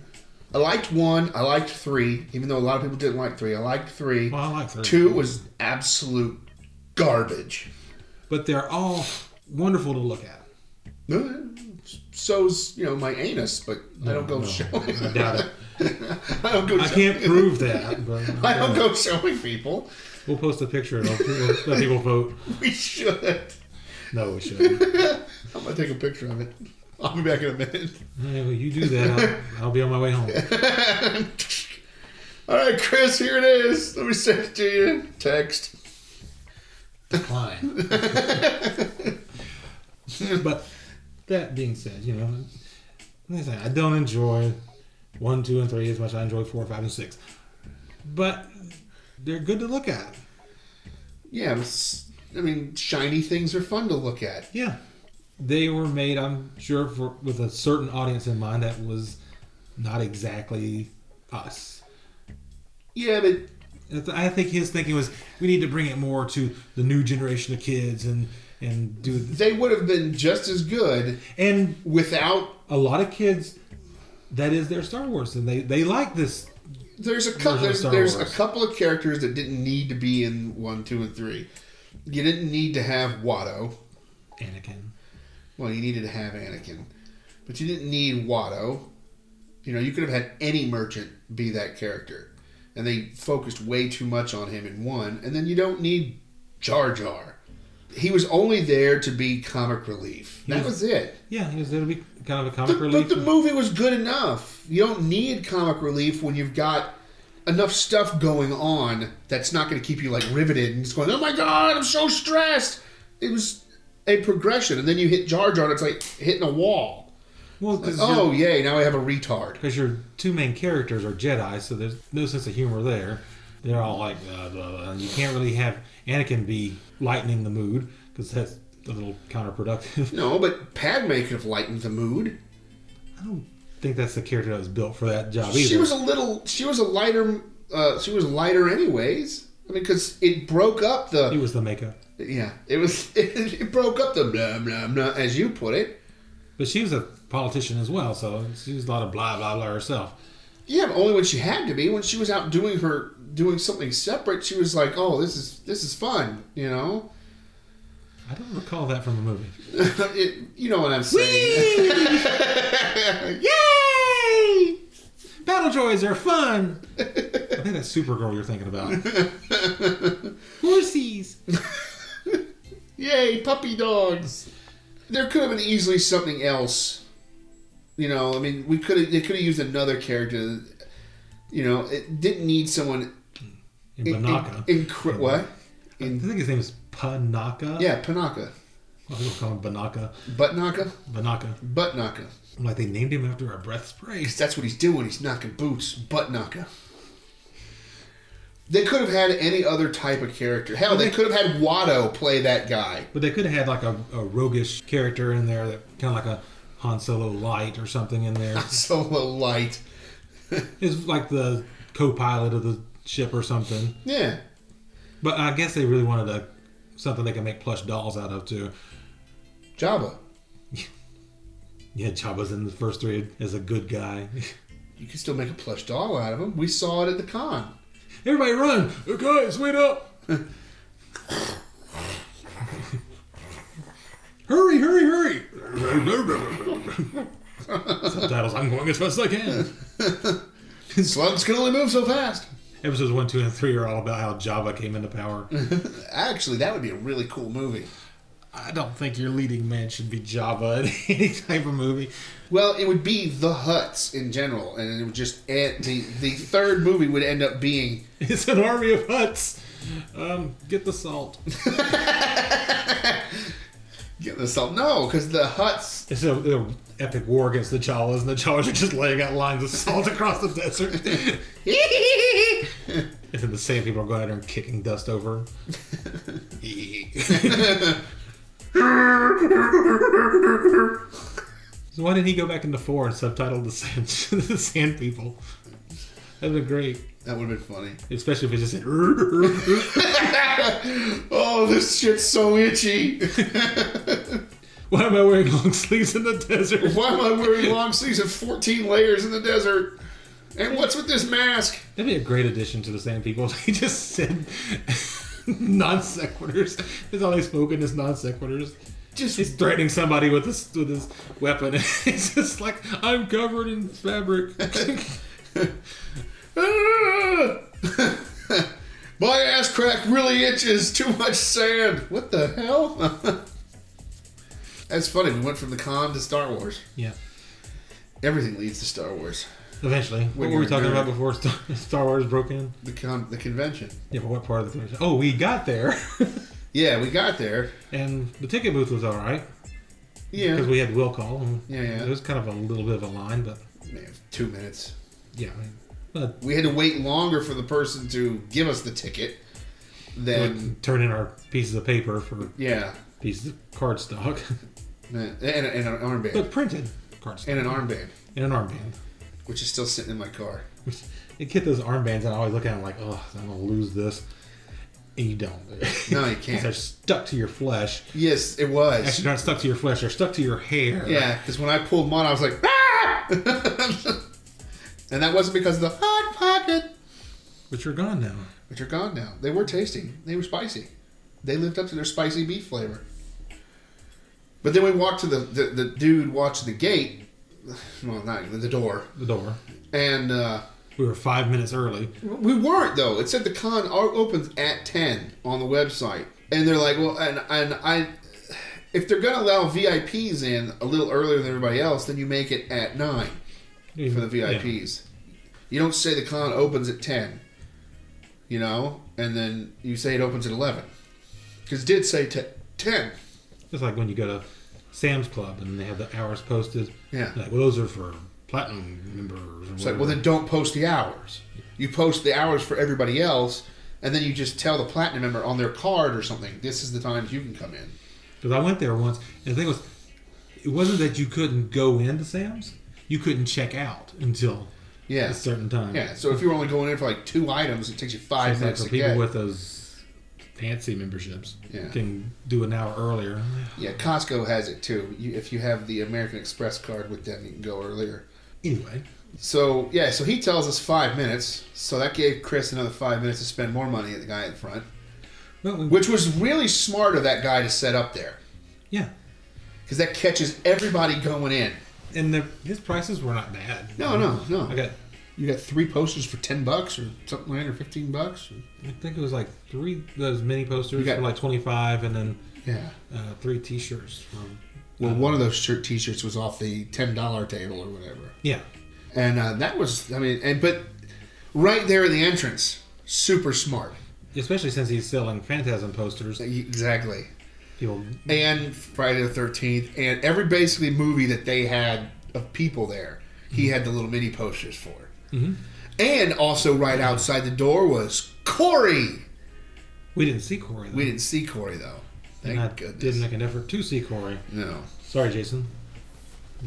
A: I liked one, I liked three, even though a lot of people didn't like three. I liked three.
C: well, I like three.
A: Two was absolute garbage.
C: but they're all wonderful to look at.
A: Uh, So's you know my anus, but I don't go showing.
C: I doubt it.
A: I don't go.
C: Oh, I
A: show-
C: can't prove that, but uh,
A: I don't go showing people.
C: we'll post a picture and I'll, we'll let people vote.
A: We should.
C: No, we shouldn't.
A: I'm gonna take a picture of it. I'll be back in a minute.
C: Yeah, well, you do that, I'll, I'll be on my way home.
A: All right, Chris, here it is. Let me send it to you. Text.
C: Decline. but that being said, you know, like I say, I don't enjoy one, two, and three as much as I enjoy four, five, and six. But they're good to look at.
A: Yeah, it's, I mean, shiny things are fun to look at.
C: Yeah, they were made. I'm sure for with a certain audience in mind that was not exactly us.
A: Yeah, but
C: I th- I think his thinking was we need to bring it more to the new generation of kids and and do th-
A: they would have been just as good
C: and
A: without.
C: a lot of kids that is their Star Wars and they they like this.
A: There's a couple.
C: Version of
A: There's,
C: Star
A: there's a
C: Wars.
A: couple of characters that didn't need to be in one, two, and three. You didn't need to have Watto.
C: Anakin.
A: Well, you needed to have Anakin, but you didn't need Watto. You know, you could have had any merchant be that character, and they focused way too much on him in one. And then you don't need Jar Jar. He was only there to be comic relief. that was,
C: was-
A: it.
C: Yeah, he was there to be kind of a comic
A: But, but
C: relief.
A: the movie was good enough. You don't need comic relief when you've got enough stuff going on that's not going to keep you like riveted and just going, "Oh my god, I'm so stressed." It was a progression, and then you hit Jar Jar, and it's like hitting a wall.
C: well, because
A: Oh yay! Now we have a retard.
C: your two main characters are Jedi, so there's no sense of humor there. They're all like, uh, blah, blah, and you can't really have Anakin be lightening the mood because that's a little counterproductive.
A: No, but Padme could have lightened the mood.
C: I don't think that's the character that was built for that job either.
A: She was a little. She was a lighter. Uh, she was lighter, anyways. I I mean, because it broke up
C: He
A: the
C: was the makeup.
A: yeah, it was it, broke up the blah blah blah as you put it.
C: But she was a politician as well, so she was a lot of blah blah blah herself.
A: Yeah, but only when she had to be. When she was out doing her doing something separate, she was like, "Oh, this is this is fun," you know.
C: I don't recall that from the movie.
A: it, you know what I'm saying?
C: Yay! Battle droids are fun. I think that's Supergirl you're thinking about. Horsies.
A: Yay, puppy dogs! There could have been easily something else. You know, I mean, we could have they could have used another character. You know, it didn't need someone.
C: And
A: In,
C: Panaka.
A: in- incre- what?
C: I
A: In,
C: think his name is Panaka.
A: yeah, Panaka,
C: Well, people call him Banaka.
A: butt Naka,
C: Banaka.
A: butt Naka.
C: Like they named him after a breath spray.
A: That's what he's doing. He's knocking boots, butt Naka. They could have had any other type of character. Hell, they could have had Watto play that guy.
C: But they could have had like a, a roguish character in there, that kind of like a Han Solo light or something in there.
A: Solo light.
C: It's like the co-pilot of the ship or something.
A: Yeah.
C: But I guess they really wanted a something they can make plush dolls out of too.
A: Jabba.
C: Yeah, Jabba's in the first three as a good guy.
A: You can still make a plush doll out of him. We saw it at the con.
C: Everybody run! The guys, wait up! hurry, hurry, hurry! Subtitles, I'm going as fast as I can.
A: Slugs can only move so fast.
C: Episodes 1, 2, and 3 are all about how Java came into power.
A: Actually, that would be a really cool movie.
C: I don't think your leading man should be Java in any type of movie.
A: Well, it would be the huts in general, and it would just end, the the third movie would end up being
C: It's an army of huts. Um, get the salt.
A: get this all no because the huts
C: It's a, a epic war against the Jawas, and the Jawas are just laying out lines of salt across the desert. and then the same people are going out there and kicking dust over. so why didn't he go back into four and subtitle the sand, the sand people? That'd been great,
A: that would have been funny.
C: especially if it just said.
A: Oh, this shit's so itchy.
C: Why am I wearing long sleeves in the desert?
A: Why am I wearing long sleeves and fourteen layers in the desert? And what's with this mask?
C: That'd be a great addition to the Sand People. They just said non sequiturs. That's all they spoke in is non sequiturs.
A: Just
C: He's threatening somebody with this with his weapon. It's just like I'm covered in fabric.
A: My ass crack really itches. Too much sand. What the hell? That's funny. We went from the con to Star Wars.
C: yeah.
A: Everything leads to Star Wars.
C: Eventually, what were we talking about before Star, Star Wars broke in?
A: The con, the convention.
C: Yeah, but what part of the convention? Oh, we got there,
A: Yeah, we got there.
C: and the ticket booth was all right
A: Yeah.
C: because we had will call. And
A: Yeah, yeah.
C: It was kind of a little bit of a line, but
A: Man, two minutes.
C: yeah. I mean, but
A: We had to wait longer for the person to give us the ticket than
C: turn in our pieces of paper for
A: yeah,
C: pieces of cardstock,
A: man, and, and an armband
C: but printed cardstock
A: and an armband,
C: and an armband.
A: which is still sitting in my car.
C: You get those armbands, and I always look at them like, oh, I'm gonna lose this. And you don't.
A: No, you
C: They're
A: can't.
C: stuck to your flesh.
A: Yes, it was.
C: Actually, not stuck to your flesh. They're stuck to your hair.
A: Yeah, because when I pulled mine, I was like, ah! and that wasn't because of the hot pocket,
C: But you're gone now.
A: which are gone now. They were tasty. They were spicy. They lived up to their spicy beef flavor. But then we walked to the the, the dude watching the gate, well, not even the door,
C: The door.
A: and uh,
C: We were five minutes early.
A: we weren't though. It said the con o- opens at ten on the website, and they're like, well, and and I. If they're gonna allow VIPs in a little earlier than everybody else, then you make it at nine. for the VIPs. You don't say the con opens at 10, you know, and then you say it opens at 11. Because it did say te- 10.
C: Yeah. It's like when you go to Sam's Club and they have the hours posted.
A: Yeah.
C: Like, well, those are for platinum members. or
A: It's like,
C: whatever.
A: well, then don't post the hours. You post the hours for everybody else, and then you just tell the platinum member on their card or something, this is the times you can come in.
C: Because I went there once, and the thing was, it wasn't that you couldn't go into Sam's, you couldn't check out until at
A: Yeah.
C: a certain time.
A: Yeah. So if you're only going in for like two items, it takes you five
C: It's like
A: minutes
C: for
A: to
C: people
A: get.
C: with those fancy memberships
A: Yeah.
C: can do an hour earlier.
A: yeah, Costco has it too. You, if you have the American Express card with them, you can go earlier.
C: Anyway,
A: So yeah, so he tells us five minutes. So that gave Chris another five minutes to spend more money at the guy in front,
C: but we,
A: which was really smart of that guy to set up there
C: yeah,
A: because that catches everybody going in.
C: and the, his prices were not bad.
A: No, no, no.
C: I got,
A: You got three posters for ten bucks or something like that, or fifteen bucks.
C: I think it was like three of those mini posters
A: You got-
C: for like twenty five, and then
A: Yeah.
C: uh, three t shirts for
A: Well, one of those shirt T-shirts was off the ten dollar table or whatever,
C: yeah.
A: and uh, that was I mean, and but right there in the entrance, super smart. E,
C: Especially since he's selling Phantasm posters,
A: Exactly.
C: people
A: and Friday the Thirteenth, and every basically movie that they had of people there, he
C: Mm-hmm.
A: had the little mini posters for. And also, right outside the door was Corey.
C: we didn't see Corey. Though.
A: We didn't see Corey though. Thank
C: and I
A: goodness.
C: did make an effort to see Corey.
A: No.
C: Sorry, Jason.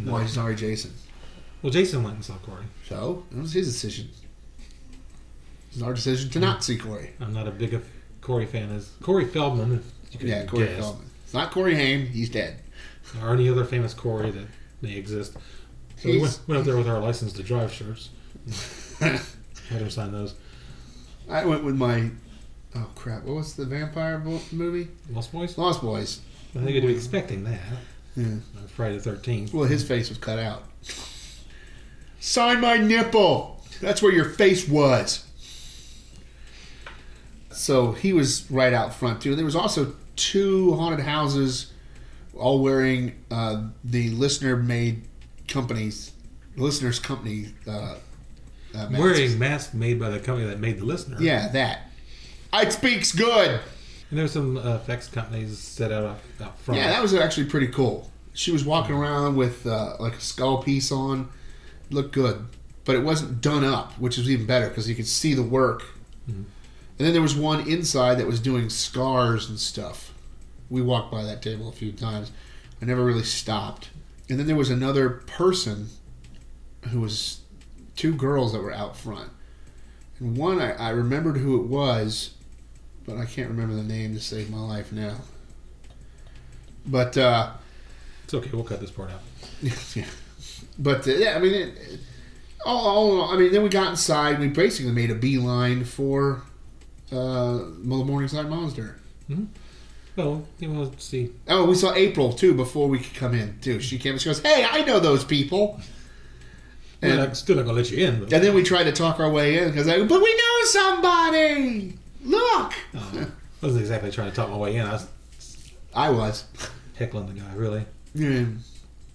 A: Why? Sorry, Jason.
C: Well, Jason went and saw Corey.
A: So it was his decision. It was our decision to not see Corey.
C: I'm not a big of Corey fan as Corey Feldman. If you could
A: Yeah, Corey
C: guess,
A: Feldman. It's not Corey Haim. He's dead.
C: or any other famous Corey that may exist. So we
A: He's-
C: went, went up there with our license to drive shirts. Had him sign those.
A: I went with my. Oh crap! What was the vampire bo- movie?
C: Lost Boys.
A: Lost Boys.
C: I think I'd be expecting that.
A: Yeah.
C: On Friday the Thirteenth.
A: Well, his face was cut out. Sign my nipple. That's where your face was. So he was right out front too. There was also two haunted houses, all wearing uh, the listener-made companies, listeners' company. Uh, uh, masks.
C: Wearing mask made by the company that made the listener.
A: Yeah, that. It speaks good.
C: And there were some uh, effects companies set out up, out front.
A: Yeah, that was actually pretty cool. She was walking around with uh, like a skull piece on, looked good, but it wasn't done up, which was even better because you could see the work. And then there was one inside that was doing scars and stuff. We walked by that table a few times. I never really stopped. And then there was another person who was two girls that were out front. And one, I, I remembered who it was, but I can't remember the name to save my life now. But uh,
C: it's okay. We'll cut this part out.
A: yeah. But uh, yeah, I mean, it, it- all, all in all, I mean, then we got inside. We basically made a beeline for uh, Mo- Morningside Monster.
C: Well, you want to see?
A: Oh, we saw April too before we could come in too. She came and she goes, "Hey, I know those people."
C: And
A: And,
C: I'm still not gonna let you in. But
A: and then we tried to talk our way in because, but we know somebody. Look,
C: Uh, I wasn't exactly trying to talk my way in. I was
A: I was.
C: heckling the guy really
A: Yeah.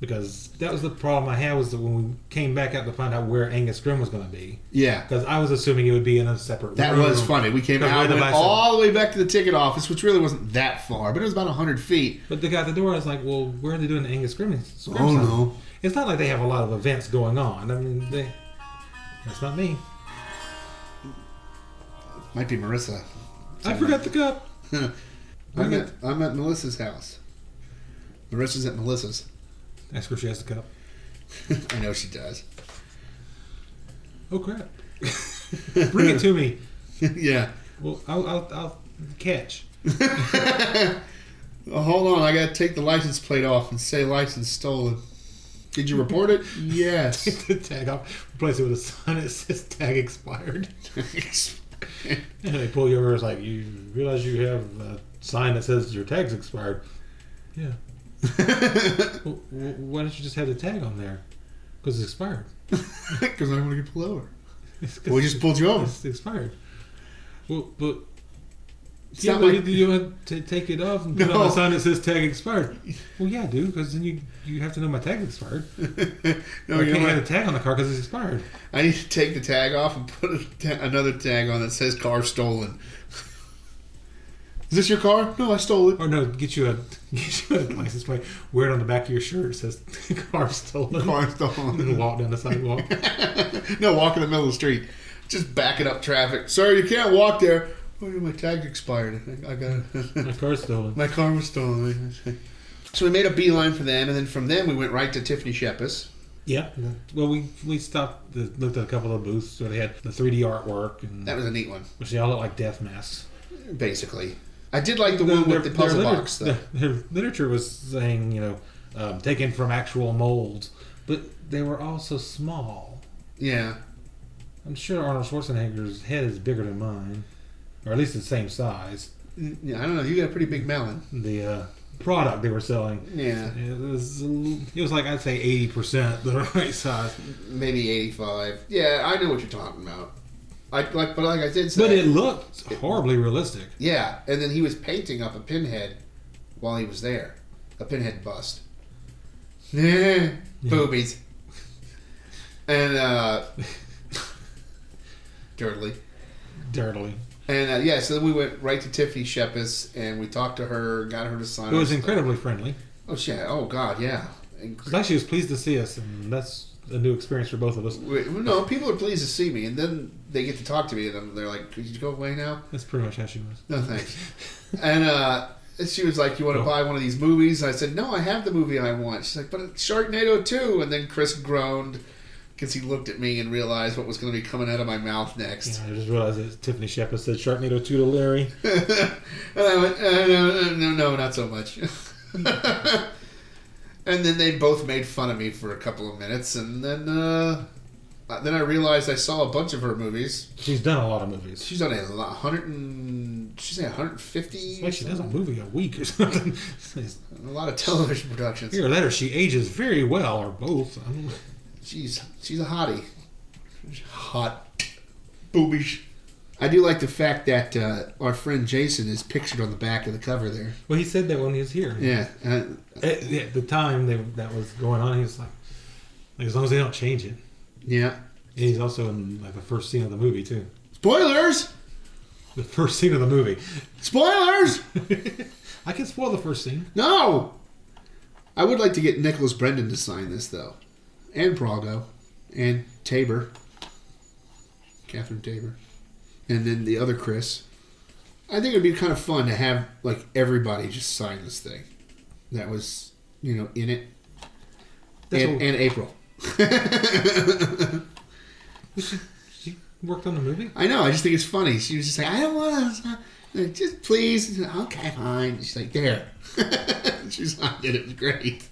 C: because that was the problem I had was that when we came back out to find out where Angus Grimm was going to be
A: yeah.
C: because I was assuming it would be in a separate.
A: That
C: room.
A: was funny. We came
C: Because
A: out
C: we're the
A: went
C: bison.
A: all the way back to the ticket office, which really wasn't that far, but it was about 100 feet.
C: But the guy at the door I was like, "Well, where are they doing the Angus Grimm?" Grimm
A: Oh,
C: sign?
A: no.
C: It's not like they have a lot of events going on. I mean, they. That's not me.
A: Might be Marissa.
C: I forgot the cup.
A: I'm at, I'm at Melissa's house. Marissa's at Melissa's.
C: Ask her if she has the cup.
A: I know she does.
C: Oh crap! Bring it to me.
A: yeah.
C: Well, I'll, I'll, I'll catch.
A: Oh, hold on, I gotta take the license plate off and say license stolen. Did you report it? yes.
C: the tag off, replace it with a sign that says tag expired. And they pull you over. It's like you realize you have a sign that says your tag's expired. Yeah. Well, wh- why don't you just have the tag on there? Because it's expired.
A: Because I want to get pulled over.
C: It's 'cause
A: Well, we just pulled you over.
C: It's expired. Well, but
A: It's
C: yeah,
A: not
C: but
A: like-
C: you- you have to take it off and put
A: No.
C: on a sign that says tag expired. Well, yeah, dude, because then you you have to know my tag's expired.
A: no,
C: I
A: you
C: can't
A: know
C: have a
A: what?
C: tag on the car because it's expired.
A: I need to take the tag off and put a ta- another tag on that says car stolen. Is this your car? No, I stole it.
C: Or no, get you a get you a license plate. Wear it on the back of your shirt. It says car stolen.
A: Car
C: and then
A: stolen.
C: walk down the sidewalk.
A: no, walk in the middle of the street. Just backing up traffic. Sir, you can't walk there. Oh, yeah, my tag expired. I I got it.
C: My car's stolen.
A: my car was stolen. so we made a beeline for them, and then from them we went right to Tiffany Shepis.
C: Yeah. Well, we we stopped, the, looked at a couple of booths where they had the 3D artwork, and
A: That was a neat one,
C: which they all look like death masks.
A: basically. I did like the one
C: their-
A: with the
C: their
A: puzzle
C: liter-
A: box, though.
C: Their, their literature was saying, you know, um, taken from actual molds, but they were all so small.
A: Yeah.
C: I'm sure Arnold Schwarzenegger's head is bigger than mine, or at least the same size.
A: Mm, yeah. I don't know. You got a pretty big melon.
C: The uh, product they were selling,
A: Yeah.
C: it was, a l- it was like I'd say 80% the right size,
A: Maybe 85. Yeah, I know what you're talking about. I like, but like I did say,
C: but it looked horribly realistic.
A: yeah. And then he was painting up a pinhead while he was there, a pinhead bust. Yeah. Boobies. And uh, dirtily.
C: Dirtily.
A: And uh, yeah, so then we went right to Tiffany Shepis and we talked to her, got her to sign.
C: It was
A: us.
C: incredibly friendly.
A: Oh shit! Oh god, yeah. And-
C: 'Cause Actually, she was pleased to see us, and that's a new experience for both of us.
A: we- no, people are pleased to see me, and then they get to talk to me, and I'm- they're like, "Could you go away now?"
C: That's pretty much how she was.
A: No thanks. and uh, she was like, "You want to buy one of these movies?" And I said, "No, I have the movie I want." She's like, "But it's Sharknado 2. And then Chris groaned because he looked at me and realized what was going to be coming out of my mouth next.
C: Yeah, I just realized that Tiffany Shepard said Sharknado 2 to Larry.
A: And I went, uh, no, no, no, no, not so much. and then they both made fun of me for a couple of minutes, and then uh, then I realized I saw a bunch of her movies.
C: She's done a lot of movies.
A: She's done a lot, hundred and she's say hundred fifty.
C: Like she does a movie a week or something.
A: a lot of television productions.
C: Here or later, she ages very well, or both. I don't know.
A: She's she's a hottie, hot boobish. I do like the fact that uh, our friend Jason is pictured on the back of the cover there.
C: Well, he said that when he was here.
A: Yeah, uh,
C: At, at the time they, that was going on, he was like, like, as long as they don't change it. And
A: yeah.
C: he's also in like the first scene of the movie too.
A: Spoilers!
C: The first scene of the movie.
A: Spoilers!
C: I can spoil the first scene.
A: No! I would like to get Nicholas Brendan to sign this, though. And Prago. And Tabor. Catherine Tabor. And then the other Chris. I think it'd be kind of fun to have, like, everybody just sign this thing. That was, you know, in it.
C: That's
A: And,
C: what-
A: and April.
C: She worked on the movie.
A: I know, I just think it's funny. She was just like, I don't want to. Just please. And I said, Okay, fine. She's like, there. She's signed it. It was great.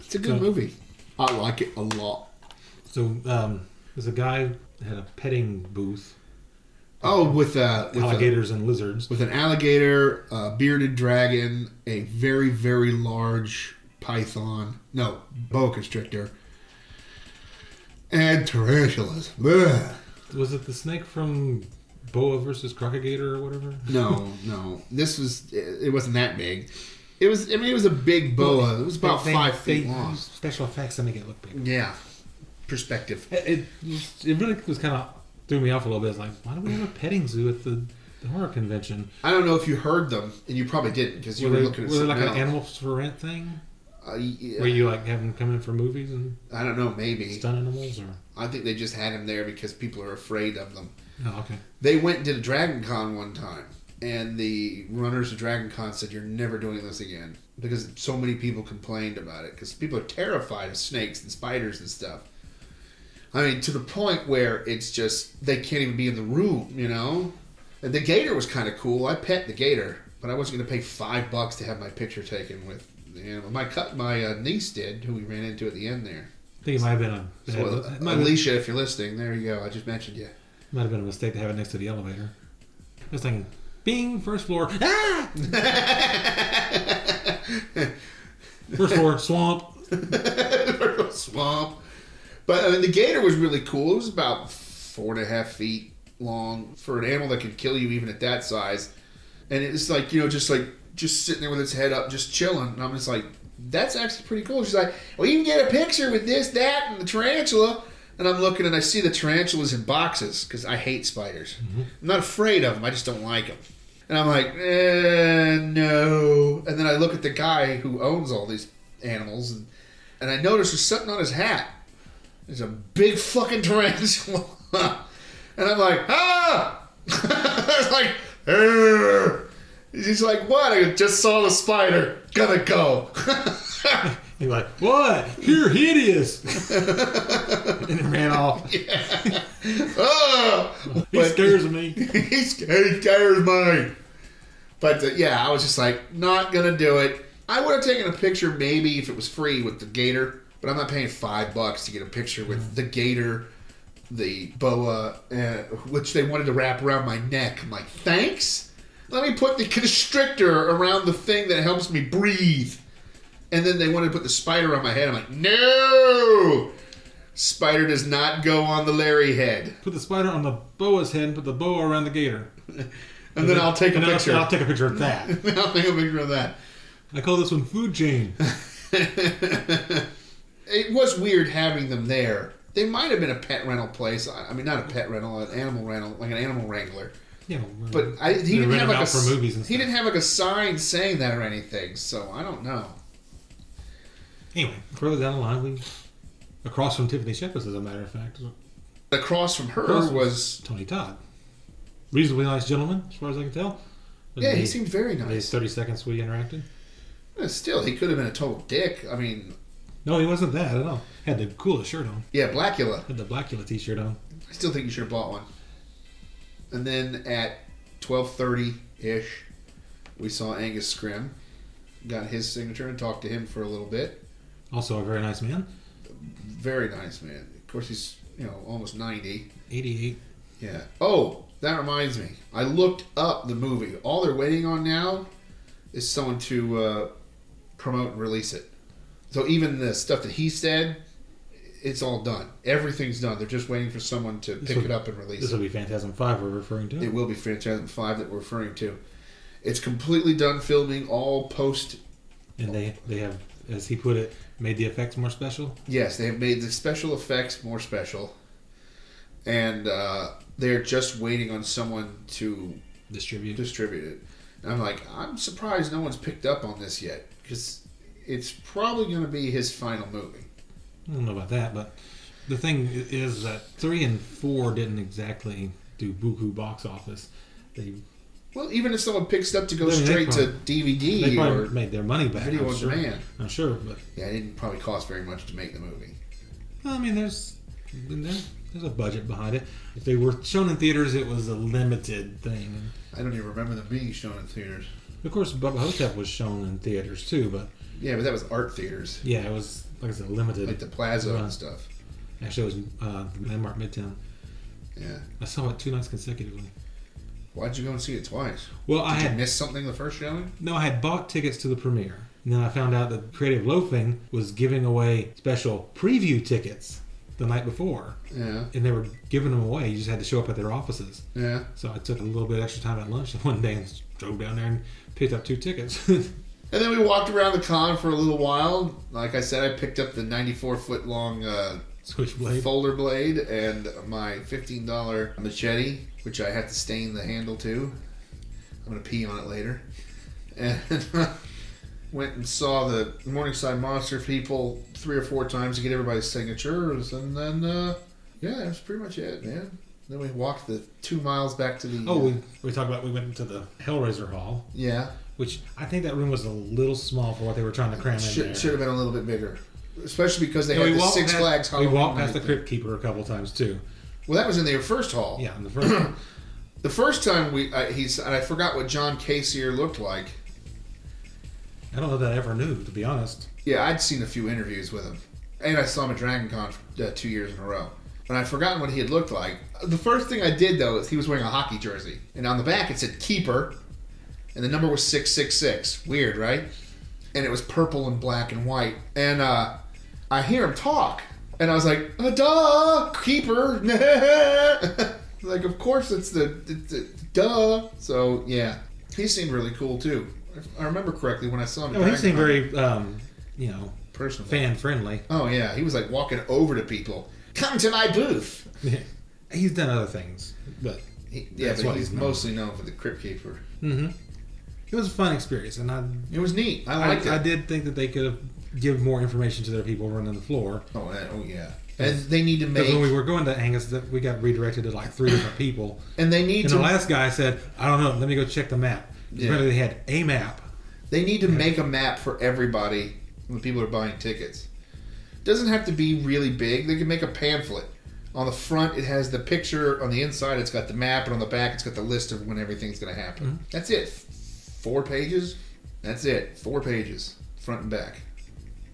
A: It's a good
C: So-
A: movie. I like it a lot.
C: So um, there's a guy that had a petting booth,
A: Oh, with, uh, with a
C: alligators and lizards.
A: with an alligator, a bearded dragon, a very, very large python, no, boa constrictor, and tarantulas. Blech.
C: Was it the snake from Boa versus Crocodile or whatever?
A: No, no, this was, it wasn't that big. It was, I mean, it was a big boa. It was about
C: They- they-
A: five feet
C: they
A: long.
C: used Special effects to make it look big.
A: Yeah, perspective.
C: It, it, it really was kind of threw me off a little bit. It's like, why do we have a petting zoo at the, the horror convention?
A: I don't know if you heard them, and you probably didn't because you
C: Were
A: were,
C: they,
A: looking at
C: were they
A: something
C: like an
A: else.
C: animals for rent thing?
A: Uh, yeah,
C: Where you like have them come in for movies and
A: I don't know, maybe.
C: stunt animals or?
A: I think they just had him there because people are afraid of them.
C: Oh, okay.
A: They went and did a Dragon Con one time, and the runners of Dragon Con said, "You're never doing this again," because so many people complained about it because people are terrified of snakes and spiders and stuff. I mean, to the point where it's just they can't even be in the room, you know. And the gator was kind of cool. I pet the gator, but I wasn't going to pay five bucks to have my picture taken with the animal. My cut, my uh, niece did, who we ran into at the end there.
C: I think it might have been a bad,
A: So, uh,
C: it might, have,
A: Alicia, if you're listening, there you go. I just mentioned you.
C: might have been a mistake to have it next to the elevator. I was thinking, Bing, first floor. Ah! first floor, swamp.
A: swamp. But I mean, the gator was really cool. It was about four and a half feet long for an animal that could kill you even at that size. And it's like you know, just like just sitting there with its head up, just chilling. And I'm just like, that's actually pretty cool. She's like, well, you can get a picture with this, that, and the tarantula. And I'm looking and I see the tarantulas in boxes because I hate spiders. I'm not afraid of them. I just don't like them. And I'm like, eh, no. And then I look at the guy who owns all these animals, and, and I notice there's something on his hat. There's a big fucking tarantula. and I'm like, ah! I was like, "Arr." he's like, what? I just saw the spider. Gonna go.
C: He's like, "What? You're hideous!" and he ran off.
A: Oh,
C: He scares me.
A: he scares, he scares me. But uh, yeah, I was just like, not gonna do it. I would have taken a picture maybe if it was free with the gator, but I'm not paying five bucks to get a picture with the gator, the boa, uh, which they wanted to wrap around my neck. I'm like, thanks. Let me put the constrictor around the thing that helps me breathe. And then they wanted to put the spider on my head. I'm like, no! Spider does not go on the Larry head.
C: Put the spider on the boa's head and put the boa around the gator.
A: And then I'll take a
C: And I'll-
A: picture.
C: I'll take a picture of that.
A: I'll take a picture of that.
C: I call this one food chain.
A: It was weird having them there. They might have been a pet rental place. I I mean, not a pet rental, an animal rental, like an animal wrangler.
C: Yeah,
A: But I,
C: they
A: he didn't
C: rent
A: have like
C: them
A: a
C: out for
A: s-
C: movies and
A: he
C: stuff.
A: didn't have like a sign saying that or anything. So I don't know.
C: Anyway, further down the line, we across from Tiffany Shepis, as a matter of fact, is
A: Across from her
C: Across-
A: was
C: Tony Todd, reasonably nice gentleman, as far as I can tell. In
A: yeah.
C: the-
A: He seemed very
C: the
A: nice.
C: thirty seconds we interacted.
A: Eh, Still, he could have been a total dick. I mean,
C: No, he wasn't that at all. Had the coolest shirt on.
A: yeah, Blackula.
C: Had the Blackula t-shirt on.
A: I still think you should have bought one. And then at twelve thirty ish, we saw Angus Scrim. Got his signature and talked to him for a little bit.
C: Also a very nice man.
A: Very nice, man. Of course, he's you know almost ninety.
C: Eighty-eight.
A: Yeah. Oh, that reminds me. I looked up the movie. All they're waiting on now is someone to uh, promote and release it. So even the stuff that he said, it's all done. Everything's done. They're just waiting for someone to pick
C: will-
A: it up and release
C: This
A: it.
C: will be Phantasm Five we're referring to.
A: It will be Phantasm Five that we're referring to. It's completely done filming. All post
C: And they they have, as he put it, made the effects more special.
A: Yes, they have made the special effects more special, and uh, they're just waiting on someone to
C: Distribute.
A: distribute it. And I'm like, I'm surprised no one's picked up on this yet because it's probably going to be his final movie.
C: I don't know about that, but the thing i- is that three and four didn't exactly do buku box office. They
A: Well, even if someone picks it up to go
C: They- they
A: straight to
C: probably- they
A: DVD
C: probably
A: or
C: made their money back.
A: video
C: I'm
A: on
C: sure.
A: demand,
C: I'm sure, but
A: yeah, it didn't probably cost very much to make the movie.
C: I mean, there's there's there's a budget behind it. If they were shown in theaters, it was a limited thing.
A: I don't even remember them being shown in theaters.
C: Of course, Bubba Hotep was shown in theaters too, but
A: Yeah, but that was art theaters,
C: yeah, it was like I said, limited.
A: like the Plaza
C: Uh,
A: and stuff.
C: Actually, it was uh, Landmark Midtown.
A: Yeah,
C: I saw it two nights consecutively.
A: why'd you go and see it twice?
C: Well, I
A: Did
C: had
A: you miss something the first showing?
C: No, I had bought tickets to the premiere. And then I found out that Creative Loafing was giving away special preview tickets the night before.
A: Yeah,
C: And they were giving them away. You just had to show up at their offices.
A: yeah.
C: So I took a little bit extra time at lunch one day and drove down there and picked up two tickets.
A: And then we walked around the con for a little while. Like I said, I picked up the 94 foot long uh,
C: Switchblade.
A: folder blade and my $15 machete, which I have to stain the handle to. I'm going to pee on it later. And went and saw the Morningside Monster people three or four times to get everybody's signatures. And then, uh, yeah, that's pretty much it, man. Then we walked the two miles back to the.
C: Oh, we, we talked about we went into the Hellraiser Hall,
A: Yeah.
C: which I think that room was a little small for what they were trying to cram in there.
A: Should, should have been a little bit bigger. Especially because they
C: And
A: had the
C: walked
A: Six
C: past-
A: Flags
C: We
A: Halloween.
C: walked past the
A: night thing.
C: Crypt Keeper a couple times too.
A: Well, that was in their first hall.
C: Yeah, in the first one.
A: The first time we, I, he's, and I forgot what John Casier looked like.
C: I don't know that I ever knew, to be honest.
A: Yeah, I'd seen a few interviews with him, and I saw him at Dragon Con uh, two years in a row. And I'd forgotten what he had looked like. The first thing I did though is he was wearing a hockey jersey, and on the back it said keeper, and the number was six six six. Weird, right? And it was purple and black and white. And uh, I hear him talk, and I was like, "Uh, "Duh, keeper!" like, of course it's the, it's the duh. So yeah, he seemed really cool too. If I remember correctly when I saw him. at
C: No, he
A: Dragon
C: seemed
A: Con,
C: very, um, you know,
A: personable.
C: fan friendly.
A: Oh yeah, he was like walking over to people. Come to my booth.
C: he's done other things, but
A: He, yeah,
C: That's
A: but
C: what
A: he's
C: he's known.
A: mostly known for the Crypt Keeper.
C: mm-hmm. it was a fun experience, and I,
A: It was neat. I
C: I,
A: liked
C: I
A: it.
C: did think that they could have give more information to their people running the floor.
A: Oh, that, oh yeah. And they need to make.
C: Because when we were going to Angus, that we got redirected to like three different people,
A: and they need
C: and
A: to.
C: the last guy said, "I don't know. Let me go check the map."
A: Yeah.
C: Apparently, they had a map.
A: they need to make a map for everybody. when people are buying tickets. Doesn't have to be really big. They can make a pamphlet. On the front, it has the picture. On the inside, it's got the map, and on the back, it's got the list of when everything's going to happen.
C: Mm-hmm.
A: That's it. Four pages. That's it. Four pages, front and back.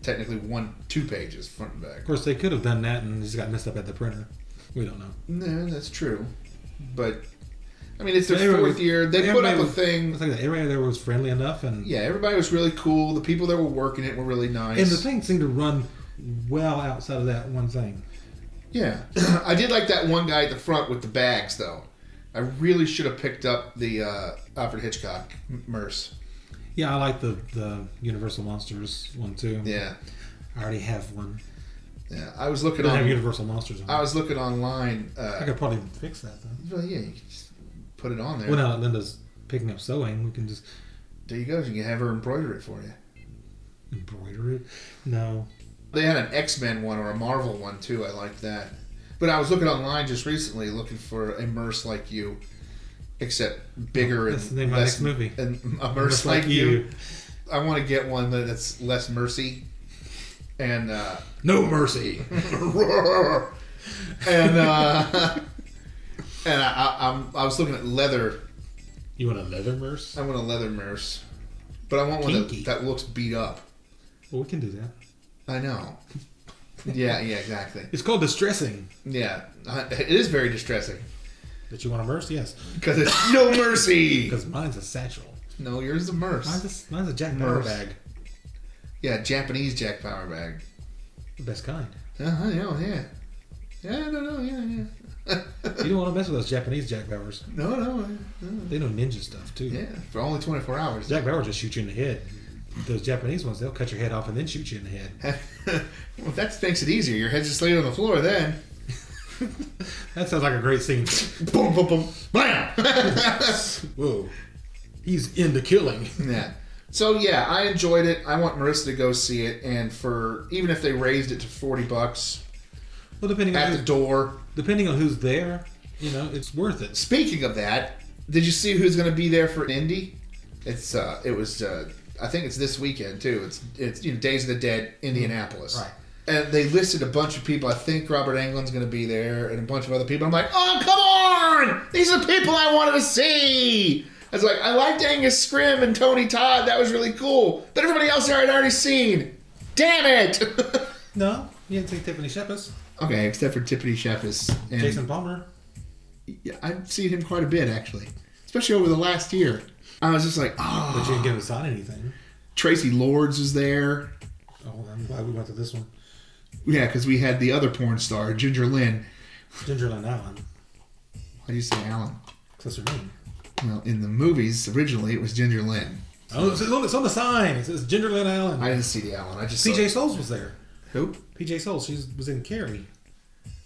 A: Technically, one, two pages, front and back.
C: Of course, they could have done that and just got messed up at the printer. We don't know.
A: No, that's true. But I mean, it's their
C: Everybody-
A: fourth year. They put
C: everybody
A: up a
C: was-
A: thing.
C: It's like that. Everybody there was friendly enough, and
A: Mm. Yeah, everybody was really cool. The people that were working it were really nice.
C: and the thing seemed to run well outside of that one thing.
A: yeah, I did like that one guy at the front with the bags, though. I really should have picked up the uh, Alfred Hitchcock Merce.
C: Yeah, I like the the Universal Monsters one too.
A: Yeah,
C: I already have one.
A: yeah. I was looking
C: I have
A: on.
C: Universal Monsters. On.
A: I was looking online.
C: I
A: Uh,
C: could probably fix that though.
A: well, yeah, you can just put it on there.
C: Well, now that Linda's picking up sewing, we can just
A: There you go. You can have her embroider it for you.
C: embroider it. No,
A: They had an X Men one or a Marvel one too. I liked that. But I was looking online just recently, looking for a Merce like you, except bigger
C: That's
A: and
C: the name of my
A: less-
C: next movie.
A: And a Merce
C: Just
A: like, you. I want to get one that- that's less mercy and uh,
C: No mercy.
A: roar. and uh, and I, I, I'm I was looking at leather.
C: You want a leather merce?
A: I want a leather Merce, but I want one that,
C: Kinky.
A: that looks beat up.
C: Well, we can do that.
A: I know. Yeah, yeah, exactly.
C: It's called distressing.
A: Yeah, I- it is very distressing.
C: That you want a merce? Yes,
A: Because it's no mercy.
C: because mine's a satchel.
A: No, yours is a merce.
C: Mine's a, mine's a Jack Bauer
A: Merce.
C: bag.
A: Yeah, Japanese Jack Power bag.
C: The best kind.
A: Uh-huh, yeah, yeah. Yeah, no, no, yeah, yeah.
C: You don't want to mess with those Japanese Jack Bauers.
A: No, no, uh, no.
C: They know ninja stuff too.
A: Yeah, for only 24 hours.
C: Jack Bauer just shoot you in the head. Those Japanese ones, they'll cut your head off and then shoot you in the head.
A: well, that makes it easier. Your head's just laid on the floor then.
C: That sounds like a great scene.
A: Boom, boom, boom. Bam!
C: Whoa. He's into killing.
A: yeah. So, yeah, I enjoyed it. I want Marissa to go see it. And for, even if they raised it to 40 bucks
C: Well, depending on
A: at the
C: who,
A: door.
C: depending on who's there, you know, it's worth it.
A: Speaking of that, did you see who's going to be there for Indy? It's, uh, it was, uh, I think it's this weekend too. It's, it's, you know, Days of the Dead, Indianapolis.
C: Right.
A: And they listed a bunch of people. I think Robert Englund's going to be there, and a bunch of other people. I'm like, oh come on! These are the people I wanted to see. I was like, I liked Angus Scrim and Tony Todd. That was really cool. But everybody else there I'd already seen. Damn it!
C: No, you didn't see Tiffany Shepis,
A: okay, except for Tiffany Shepis. And
C: Jason Palmer.
A: Yeah, I've seen him quite a bit actually, especially over the last year. I was just like,
C: But you
A: oh,
C: didn't get to sign anything.
A: Tracy Lords was there.
C: Oh, I'm glad we went to this one.
A: Yeah, because we had the other porn star, Ginger Lynn.
C: Ginger Lynn Allen.
A: Why do you say Alan?
C: That's her name.
A: Well, in the movies originally, it was Ginger Lynn.
C: Oh, it's, it's on the sign. It says Ginger Lynn Allen.
A: I didn't see the Allen. I just saw
C: PJ Souls was there.
A: who
C: PJ Souls, she was in Carrie.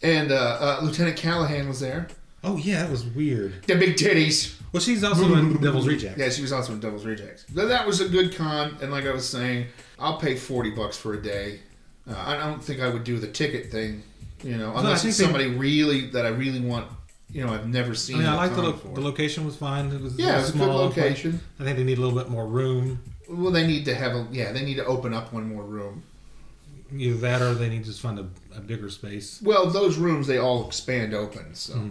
A: and uh, uh, Lieutenant Callahan was there.
C: Oh, yeah, that was weird.
A: The big titties.
C: Well, she's also in Devil's Reject.
A: Yeah, she was also in Devil's Rejects. But that was a good con, and like I was saying, I'll pay forty bucks for a day. Uh, I don't think I would do the ticket thing, you know, unless
C: think
A: it's
C: they-
A: somebody really that I really want. You know, I've never seen.
C: I mean, I
A: or
C: like the,
A: gone
C: lo-
A: for.
C: the location was fine. It was
A: Yeah,
C: it
A: it
C: was
A: was a good
C: small, but
A: location.
C: I think they need a little bit more room.
A: Well, they need to have a yeah. They need to open up one more room.
C: Either that or they need to just find a, a bigger space.
A: Well, those rooms they all expand open, so.
C: Mm-hmm.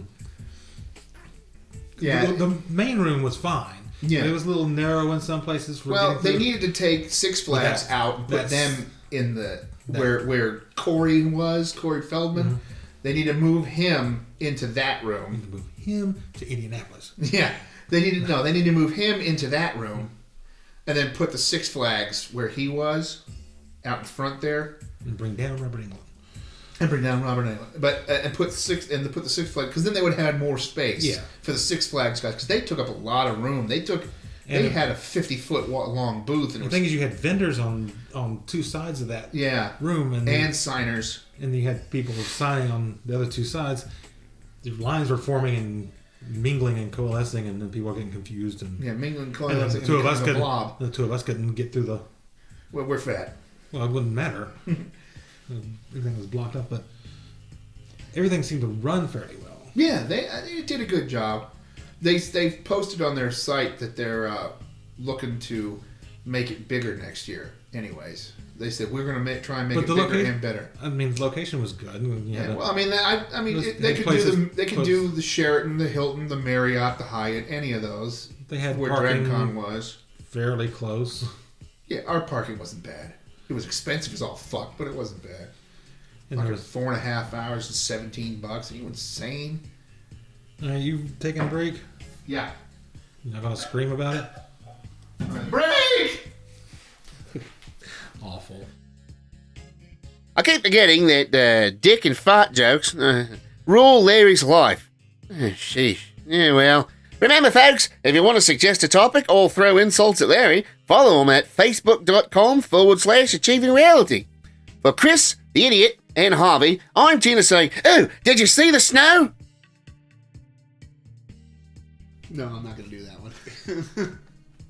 A: Yeah,
C: The, the main room was fine.
A: Yeah.
C: It was a little narrow in some places. For
A: Well,
C: getting
A: they
C: through.
A: needed to take Six Flags
C: That's-
A: out and put
C: that's-
A: them in the where where Corey was, Corey Feldman.
C: Mm-hmm.
A: They need to move him into that room.
C: to move him to Indianapolis.
A: Yeah, they need to no, they need to move him into that room, and then put the Six Flags where he was, out in front there,
C: and bring down Robert England.
A: and bring down Robert Englund. But uh, and put six and put the Six Flags because then they would have had more space.
C: Yeah.
A: for the Six Flags guys because they took up a lot of room. They took.
C: And
A: they
C: a-
A: had a fifty foot wa- long booth, and
C: The
A: it
C: thing
A: was,
C: is, you had vendors on on two sides of that
A: yeah,
C: room, and
A: and signers.
C: and you had people signing on the other two sides. The lines were forming and mingling and coalescing, and then people were getting confused. And,
A: Yeah, mingling
C: and
A: clones.
C: the two of us
A: a
C: couldn't.
A: blob.
C: The two of us couldn't get through the.
A: Well, we're fat.
C: Well, it wouldn't matter. everything was blocked up, but everything seemed to run fairly well.
A: Yeah, they, uh, they did a good job. They they posted on their site that they're uh, looking to make it bigger next year. Anyways, they said we're going to make, try and make
C: But
A: it
C: the
A: bigger
C: location,
A: and better.
C: I mean, the location was good. You had
A: Yeah,
C: a-
A: well, I mean, I, I mean,
C: Those-
A: it, they
C: those
A: could do the,
C: places-
A: they could
C: those-
A: do the Sheraton, the Hilton, the Marriott, the Hyatt, any of those.
C: They had
A: where
C: parking.
A: DragonCon was.
C: fairly close.
A: Yeah, our parking wasn't bad. It was expensive as all fuck, but it wasn't bad.
C: And there
A: Fucking
C: was,
A: four and a half hours and seventeen bucks. Are you insane?
C: are you taking a break?
A: Yeah.
C: You're not gonna scream about it.
A: Break.
C: Awful.
D: I keep forgetting that uh, dick and fart jokes uh, rule Larry's life. Eh, Sheesh. Yeah, well. Remember, folks, if you want to suggest a topic or throw insults at Larry, follow him at facebook.com forward slash achieving reality. For Chris, the idiot, and Harvey, I'm Tina saying, Oh, did you see the snow?
A: No, I'm not gonna do that one.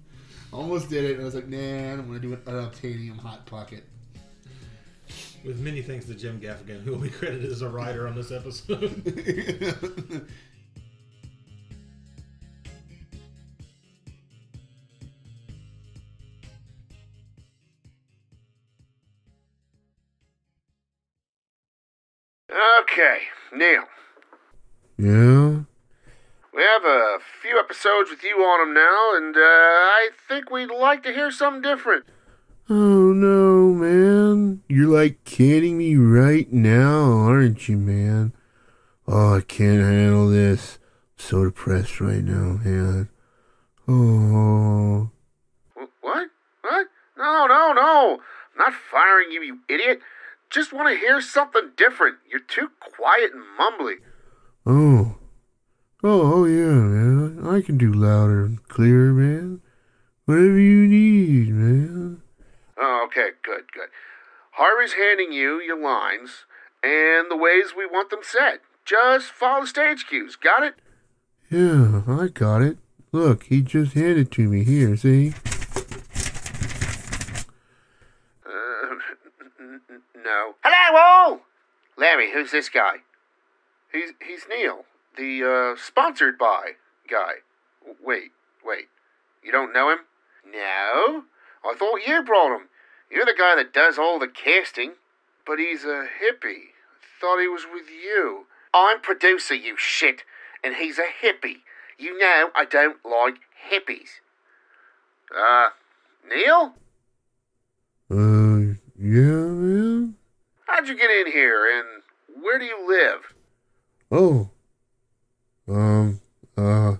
A: Almost did it. and I was like, nah, I'm gonna do an unobtainium hot pocket.
C: With many thanks to Jim Gaffigan, who will be credited as a writer on this episode.
D: Okay, Neil.
E: Yeah.
D: We have a few episodes with you on them now, and uh, I think we'd like to hear something different.
E: Oh no, man. You're like kidding me right now, aren't you, man? Oh, I can't handle this. I'm so depressed right now, man. Oh.
D: Wh- What? What? No, no, no. I'm not firing you, you idiot. Just want to hear something different. You're too quiet and mumbly.
E: Oh. Oh, oh yeah, man. I can do louder and clearer, man. Whatever you need, man.
D: Oh, okay, good, good. Harvey's handing you your lines and the ways we want them said. Just follow the stage cues. Got it?
E: Yeah, I got it. Look, he just handed to me here, see?
D: Uh, n- n- no. Hello, all. Larry, who's this guy? He's he's Neil, the uh, sponsored by guy. W- Wait, wait. You don't know him? No. I thought you brought him. You're the guy that does all the casting. But he's a hippie. Thought he was with you. I'm producer, you shit, and he's a hippie. You know I don't like hippies. Uh, Neil?
E: Uh, yeah, man.
D: How'd you get in here and where do you live?
E: Oh. Um, uh,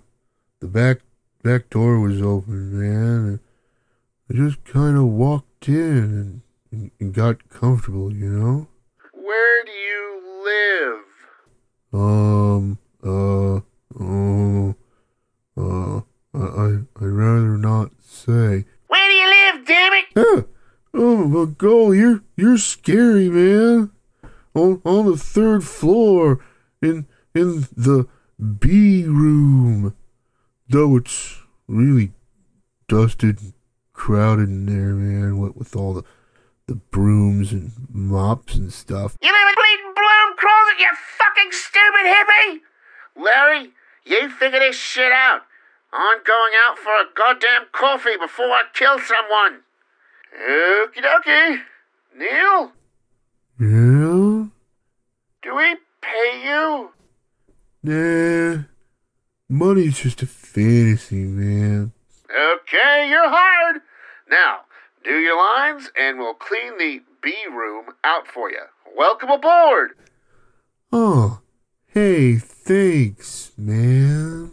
E: the back, back door was open, man. I just kind of walked in and, and got comfortable, you know?
D: Where do you live?
E: Um, uh, oh, uh, I, I, I'd rather not say.
D: Where do you live, damn it?
E: Ah, oh, well, go, you're, you're scary, man. On, on the third floor, in, in the B room. Though it's really dusted and crowded in there, man, what with all the, the brooms and mops and stuff.
D: You live in bleeding Bloom Closet, you fucking stupid hippie! Larry, you figure this shit out. I'm going out for a goddamn coffee before I kill someone. Okie dokie. Neil,
E: Yeah?
D: do we pay you?
E: Nah, money's just a fantasy, man.
D: Okay, you're hired. Now, do your lines and we'll clean the B room out for you. Welcome aboard.
E: Oh, hey, thanks, man.